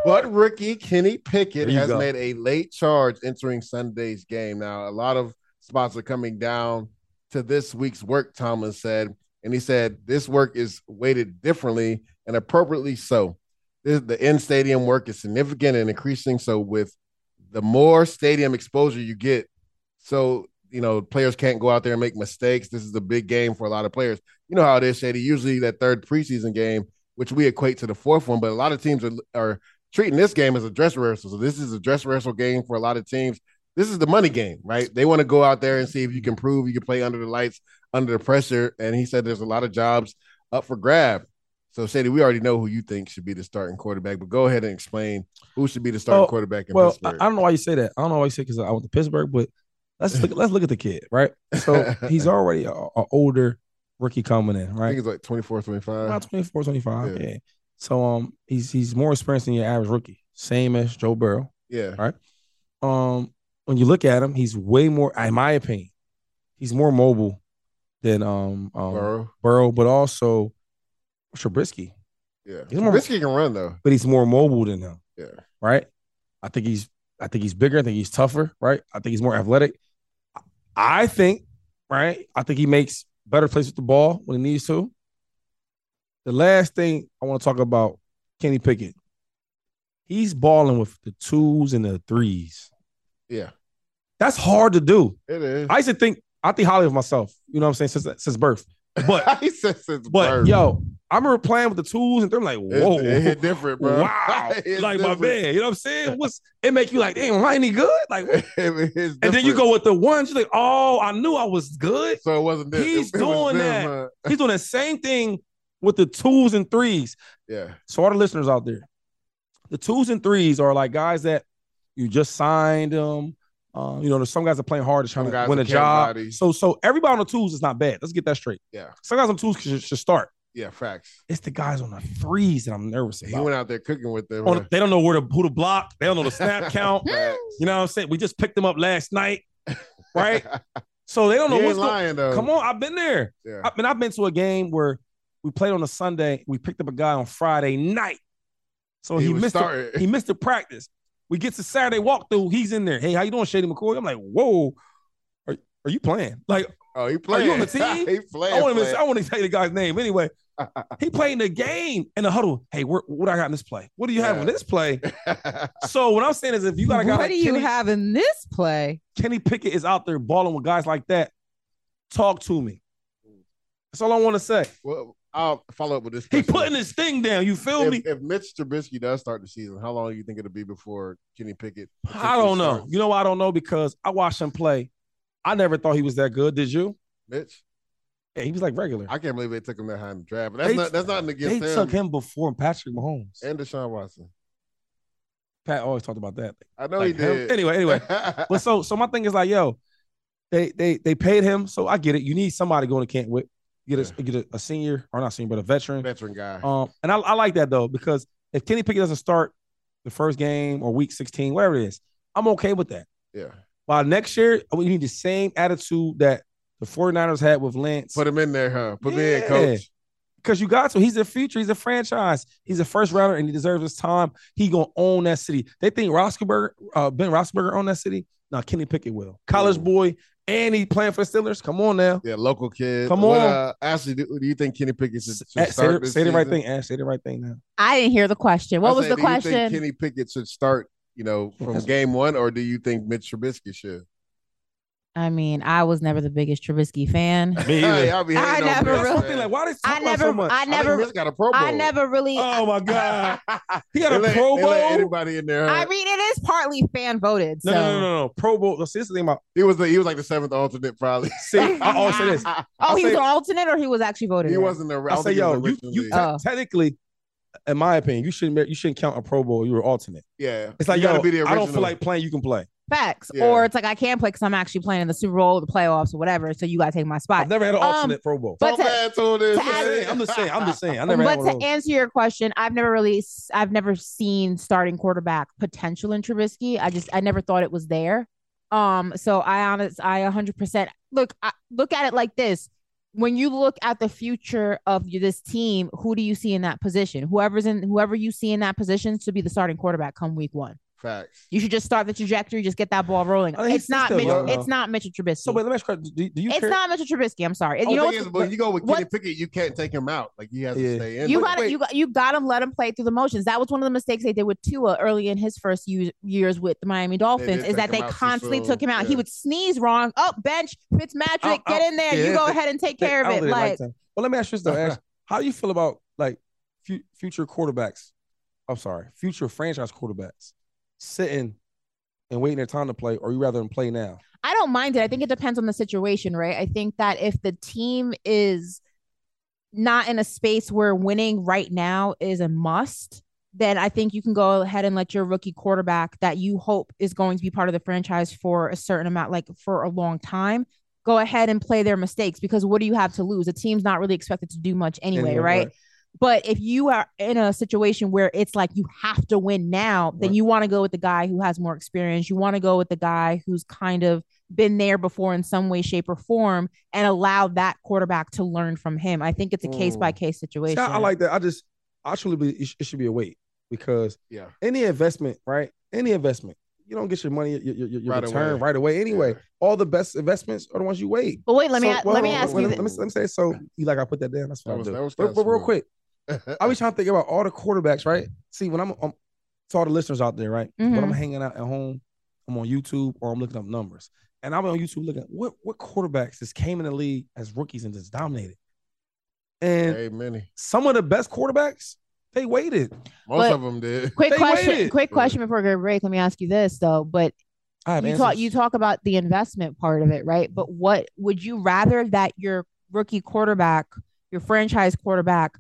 S2: But rookie Kenny Pickett
S3: There you
S2: has
S3: go.
S2: made a late charge entering Sunday's game. Now, a lot of spots are coming down to this week's work, Tomlin said. And he said this work is weighted differently and appropriately so. This, the in stadium work is significant and increasing. So, with the more stadium exposure you get, so you know players can't go out there and make mistakes. This is a big game for a lot of players. You know how it is, Shady. Usually that third preseason game, which we equate to the fourth one, but a lot of teams are, are treating this game as a dress rehearsal. So this is a dress rehearsal game for a lot of teams. This is the money game, right? They want to go out there and see if you can prove you can play under the lights, under the pressure. And he said there's a lot of jobs up for grab. So Shady, we already know who you think should be the starting quarterback, but go ahead and explain who should be the starting
S3: Oh,
S2: quarterback in
S3: well, I, I
S2: Pittsburgh.
S3: don't know why you say that. I don't know why you say because I went to Pittsburgh, but let's look, let's look at the kid, right? So he's already a, a older rookie coming in,
S2: I
S3: right?
S2: think it's like 24, 25.
S3: About 24, 25.
S2: uh, Yeah.
S3: Yeah. So um he's he's more experienced than your average rookie. Same as Joe Burrow.
S2: Yeah.
S3: Right. Um when you look at him, he's way more, in my opinion, he's more mobile than um, um
S2: Burrow.
S3: but also Trubisky.
S2: Yeah.
S3: He's more-
S2: Trubisky can run though.
S3: But he's more mobile than him.
S2: Yeah.
S3: Right? I think he's I think he's bigger. I think he's tougher, right? I think he's more athletic. I think, right? I think he makes better plays with the ball when he needs to. The last thing I want to talk about, Kenny Pickett. He's balling with the twos and the threes.
S2: Yeah.
S3: That's hard to do.
S2: It is.
S3: I used to think I think highly of myself. You know what I'm saying? Since since birth. But
S2: he says it's
S3: but yo, I remember playing with the tools and they're like, whoa,
S2: It's- it hit different, bro.
S3: Wow, like
S2: It's
S3: my
S2: different.
S3: man, you know what I'm saying? What's it make you like? Damn, am I any good? Like,
S2: and
S3: then you go with the ones. You're like, oh, I knew I was good.
S2: So it wasn't.
S3: This,
S2: this-
S3: He's
S2: it- it was
S3: doing
S2: them,
S3: that.
S2: huh?
S3: He's doing the same thing with the twos and threes.
S2: Yeah.
S3: So all the listeners out there, the twos and threes are like guys that you just signed them. Um, you know, there's some guys that are playing hard to try
S2: Some
S3: to
S2: guys
S3: win
S2: are
S3: a job.
S2: can't bodies.
S3: So so everybody on the twos is not bad. Let's get that straight.
S2: Yeah.
S3: Some guys on the twos should, should start.
S2: Yeah, facts.
S3: It's the guys on the threes that I'm nervous about.
S2: He went out there cooking with them.
S3: On- they don't know where to who to block. They don't know the snap count.
S4: Hmm.
S3: you know what I'm saying? We just picked them up last night, right? so they don't know
S2: You ain't
S3: what's go-
S2: lying, though.
S3: Come on, I've been there.
S2: Yeah.
S3: I mean, I've been to a game where we played on a Sunday. We picked up a guy on Friday night, so
S2: He
S3: he,
S2: was
S3: missed. A,
S2: starting.
S3: he missed a practice. We get to Saturday walkthrough. He's in there. Hey, how you doing, Shady McCoy? I'm like, whoa, are, are you playing? Like,
S2: oh, he
S3: Are you on the
S2: playing.
S3: team?
S2: He playing,
S3: I want to
S2: playing.
S3: I want to tell you the guy's name anyway. he played in the game in the huddle. Hey, where, what I got in this play? What do you have in this play? so what I'm saying is, if you got a guy,
S7: What
S3: like
S7: do you
S3: Kenny-
S7: have in this play?
S3: Kenny Pickett is out there balling with guys like that. Talk to me. That's all I want to say.
S2: Well, I'll follow up with this.
S3: He putting his thing down. You feel
S2: if,
S3: me?
S2: If Mitch Trubisky does start the season, how long do you think it'll be before Kenny Pickett?
S3: I don't know. You know why I don't know? Because I watched him play. I never thought he was that good. Did you?
S2: Mitch.
S3: Yeah, he was like regular.
S2: I can't believe they took him that high in the draft. But that's
S3: They-
S2: not that's nothing against
S3: They
S2: him.
S3: took him before Patrick Mahomes.
S2: and Deshaun Watson.
S3: Pat always talked about that.
S2: I know
S3: Like
S2: he
S3: him-
S2: did.
S3: Anyway, anyway. but so so my thing is like, yo, they they they paid him, so I get it. You need somebody going to camp with. Get a get a, a senior or not senior, but a veteran.
S2: Veteran guy.
S3: Um, and I, I like that though because if Kenny Pickett doesn't start the first game or week sixteen, whatever it is, I'm okay with that.
S2: Yeah.
S3: While next year we need the same attitude that the 49ers had with Lance.
S2: Put him in there, huh? Put me in, coach.
S3: Because you got to. He's the future. He's a franchise. He's a first rounder, and he deserves his time. He gonna own that city. They think Roethlisberger, uh, Ben Roethlisberger, own that city. Now Kenny Pickett will. College boy, and he playing for the Steelers. Come on now.
S2: Yeah, local kid.
S3: Come
S2: What,
S3: on.
S2: uh, Ashley, do, do you think Kenny Pickett should, should
S3: Eh, say,
S2: start
S3: the-
S2: this
S3: say the right
S2: season?
S3: thing, Ash. Say the right thing now.
S4: I didn't hear the question.
S2: I
S4: What was
S2: said,
S4: the
S2: do you think
S4: question?
S2: Kenny Pickett should start, you know, from game one, or do you think Mitch Trubisky should?
S7: I mean, I was never the biggest Trubisky fan.
S2: Me either. I be hating
S7: I
S2: on
S7: never
S2: Mitch,
S7: really.
S2: man.
S3: Like, why does
S7: I never. I never.
S2: Mitch got a Pro Bowl.
S4: I never really.
S3: Oh my god,
S2: They
S3: he had a
S2: let-
S3: Pro
S2: they let
S3: Bowl.
S2: anybody in there? huh?
S4: I mean, it is partly fan voted.
S3: No,
S4: so.
S3: no, no, no, no. Pro Bowl. See, this is the thing about.
S2: He was the, he was like the seventh alternate, probably.
S3: See, I always say this.
S4: Oh,
S3: I
S4: he was
S3: say-
S4: an alternate, or he was actually voted.
S2: He
S4: in?
S2: wasn't the.
S3: I say, yo, you, you te-
S4: Oh.
S3: technically, in my opinion, you shouldn't you shouldn't count a Pro Bowl. You were alternate.
S2: Yeah,
S3: It's like,
S2: You gotta
S3: yo,
S2: be the
S3: I don't
S2: original.
S3: feel like playing. You can play.
S4: Facts,
S3: Yeah.
S4: or it's like I can play because I'm actually playing in the Super Bowl, the playoffs, or whatever. So you gotta take my spot.
S3: I've never had an
S4: Um,
S3: alternate Pro Bowl.
S4: but So to- bad
S3: I'm, just saying, I'm just saying. I'm just saying. I never had
S4: but
S3: one
S4: to
S3: of those.
S4: answer your question, I've never really, s- I've never seen starting quarterback potential in Trubisky. I just, I never thought it was there. Um, so I honest, I 100 percent look, I, look at it like this: when you look at the future of y- this team, who do you see in that position? Whoever's in, whoever you see in that position should be the starting quarterback come week one.
S2: Facts.
S4: You should just start the trajectory, just get that ball rolling.
S3: I think
S4: It's
S3: he's
S4: not,
S3: still young,
S4: Mitch,
S3: though.
S4: it's not Mitchell Trubisky.
S3: So, but let me ask you, do, do you
S4: it's
S3: care? Oh,
S4: not Mitchell Trubisky. I'm sorry. And
S2: you
S4: you know
S2: thing
S4: what's-
S2: is, but you go with
S4: what-
S2: Kenny Pickett, you can't take him out. Like he has to stay in.
S4: You
S2: there.
S4: got to you got you got to let him play through the motions. That was one of the mistakes they did with Tua early in his first u- years with the Miami Dolphins.
S2: did
S4: Is
S2: take
S4: that
S2: him
S4: they
S2: out too
S4: constantly
S2: soon,
S4: took him out. He
S2: yeah. Oh,
S4: would sneeze wrong. Up bench, Fitzmagic,
S3: I'll-
S4: get
S3: I'll-
S4: in there.
S3: yeah,
S4: you go
S3: they-
S4: ahead and take
S3: they- I
S4: care of
S3: don't
S4: it.
S3: think they
S4: Like,
S3: them. well, let me ask you this though. Ash. how do you feel about like fu- future quarterbacks? I'm sorry, future franchise quarterbacks sitting and waiting their time to play, or you rather than play now?
S4: I don't mind it. I think it depends on the situation, right? I think that if the team is not in a space where winning right now is a must, then I think you can go ahead and let your rookie quarterback that you hope is going to be part of the franchise for a certain amount, like for a long time, go ahead and play their mistakes because what do you have to lose? The team's not really expected to do much anyway,
S3: Anyway,
S4: right?
S3: right.
S4: But if you are in a situation where it's like you have to win now, then you want to go with the guy who has more experience. You want to go with the guy who's kind of been there before in some way, shape, or form and allow that quarterback to learn from him. I think it's a case by case
S3: Mm. See,
S4: situation.
S3: I, I like that. I just I truly believe it sh- it should be a wait because
S2: yeah,
S3: any investment, right? Any investment, you don't get your money your, your, your- your
S2: Right
S3: return
S2: away.
S3: right away. Anyway, all the best investments are the ones you wait.
S4: But wait, let me
S3: So-
S4: a-
S3: well,
S4: let me
S3: hold on,
S4: ask
S3: wait,
S4: you.
S3: Let
S4: thi-
S3: me, let me say so. You like I put that down. That's
S2: That
S3: what I
S2: was-
S3: do.
S2: that was
S3: but,
S2: kinda
S3: but real
S2: smooth.
S3: quick, I was trying to think about all the quarterbacks, right? See, when I'm, I'm to all the listeners out there, right? When
S4: Mm-hmm.
S3: I'm
S10: Mhm.
S3: hanging out at home, I'm on YouTube or I'm looking up numbers, and I'm on YouTube looking at what what quarterbacks just came in the league as rookies and just dominated. And
S2: Hey, many.
S3: some of the best quarterbacks, they waited.
S2: Most
S4: But-
S2: of them did.
S4: Quick
S3: They
S4: question.
S3: waited.
S4: Quick question before we go to break. Let me ask you this though. But
S3: I have
S4: you talk
S3: answers.
S4: you talk about the investment part of it, right? But what would you rather that your rookie quarterback, your franchise quarterback,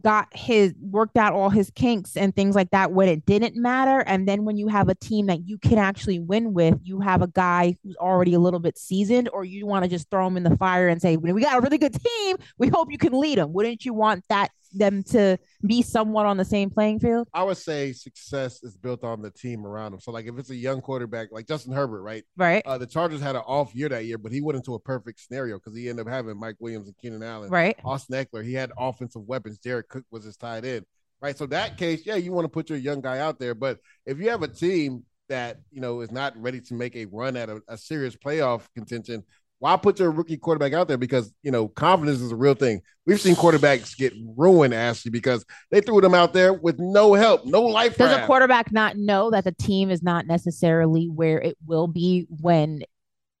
S4: got his worked out all his kinks and things like that when it didn't matter. And then when you have a team that you can actually win with, you have a guy who's already a little bit seasoned, or you want to just throw him in the fire and say, "We got a really good team. We hope you can lead them." Wouldn't you want that them to be somewhat on the same playing field?
S2: I would say success is built on the team around him. So, like, if it's a young quarterback like Justin Herbert, right?
S4: Right.
S2: Uh, the Chargers had an off year that year, but he went into a perfect scenario because he ended up having Mike Williams and Keenan Allen,
S4: Right.
S2: Austin Eckler. He had offensive weapons. Derek Cook was his tight end, right? So that case, yeah, you want to put your young guy out there, but if you have a team that you know is not ready to make a run at a, a serious playoff contention. Why put your rookie quarterback out there? Because you know confidence is a real thing. We've seen quarterbacks get ruined, Ashley, because they threw them out there with no help, no life.
S4: Does a
S2: raft.
S4: quarterback not know that the team is not necessarily where it will be when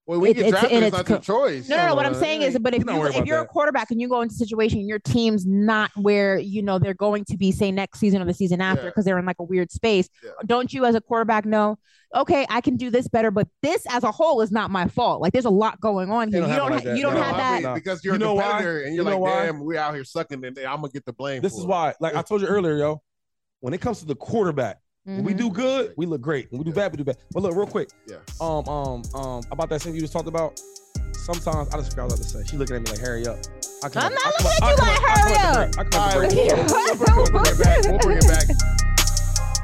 S2: Well, we
S4: it-
S2: get
S4: it's-
S2: drafted.
S4: and
S2: It's, not
S4: it's co-
S2: your choice.
S4: No, no, no. What I'm
S2: So,
S4: saying
S2: uh,
S4: is, but if you, if you're a quarterback and you go into a situation, your team's not where you know they're going to be, say next season or the season after,
S7: Yeah.
S4: because they're in like a weird space. Don't you, as a quarterback, know? Okay, I can do this better, but this as a whole is not my fault. Like, there's a lot going on here. You don't, ha- you don't have
S2: I
S4: that.
S2: mean, because you're
S3: You know
S2: a
S3: why?
S2: competitor and
S3: You
S2: you're
S3: know
S2: like,
S3: why?
S2: damn, we out here sucking, and I'm gonna get the blame.
S3: This
S2: for
S3: is
S2: it.
S3: why, like I told you earlier, yo, when it comes to the quarterback, when
S4: Mm-hmm.
S3: we do good, we look great. When we do bad, we do bad. But look, real quick,
S2: Yeah.
S3: um, um, um, about that thing you just talked about. Sometimes I just forgot what I was about to say. She looking at me like, hurry up. I
S4: I'm not
S3: looking at you like, hurry up. I come
S2: All
S3: up
S2: right,
S3: with
S2: we'll,
S3: the break.
S2: we'll bring it- we'll bring it back. We'll bring it back.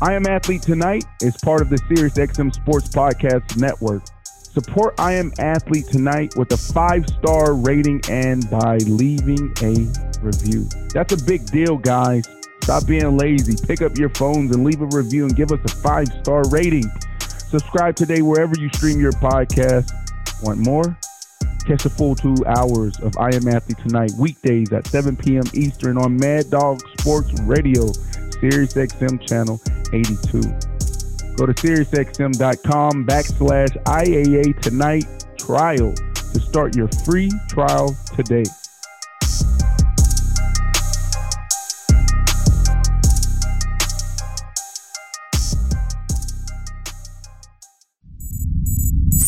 S10: I Am Athlete Tonight is part of the Sirius XM Sports Podcast Network. Support I Am Athlete Tonight with a five star rating and by leaving a review. That's a big deal, guys. Stop being lazy. Pick up your phones and leave a review and give us a five star rating. Subscribe today wherever you stream your podcast. Want more? Catch the full two hours of I Am Athlete Tonight, weekdays at 7 p.m. Eastern on Mad Dog Sports Radio, Sirius XM Channel 82. Go to SiriusXM.com backslash IAA Tonight Trial to start your free trial today.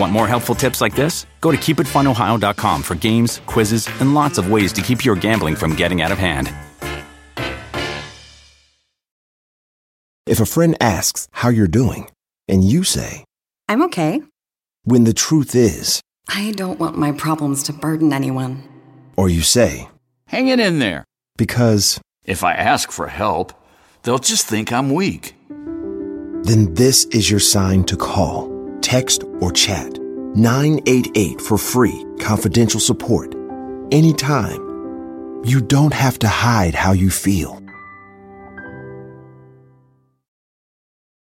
S6: Want more helpful tips like this? Go to keepitfunohio.com for games, quizzes, and lots of ways to keep your gambling from getting out of hand.
S11: If a friend asks how you're doing, and you say,
S12: I'm okay.
S11: when the truth is,
S12: I don't want my problems to burden anyone.
S11: or you say,
S13: Hang it in there.
S11: because,
S13: If I ask for help, they'll just think I'm weak.
S11: then this is your sign to call, text, or chat 988 for free, confidential support, anytime. You don't have to hide how you feel.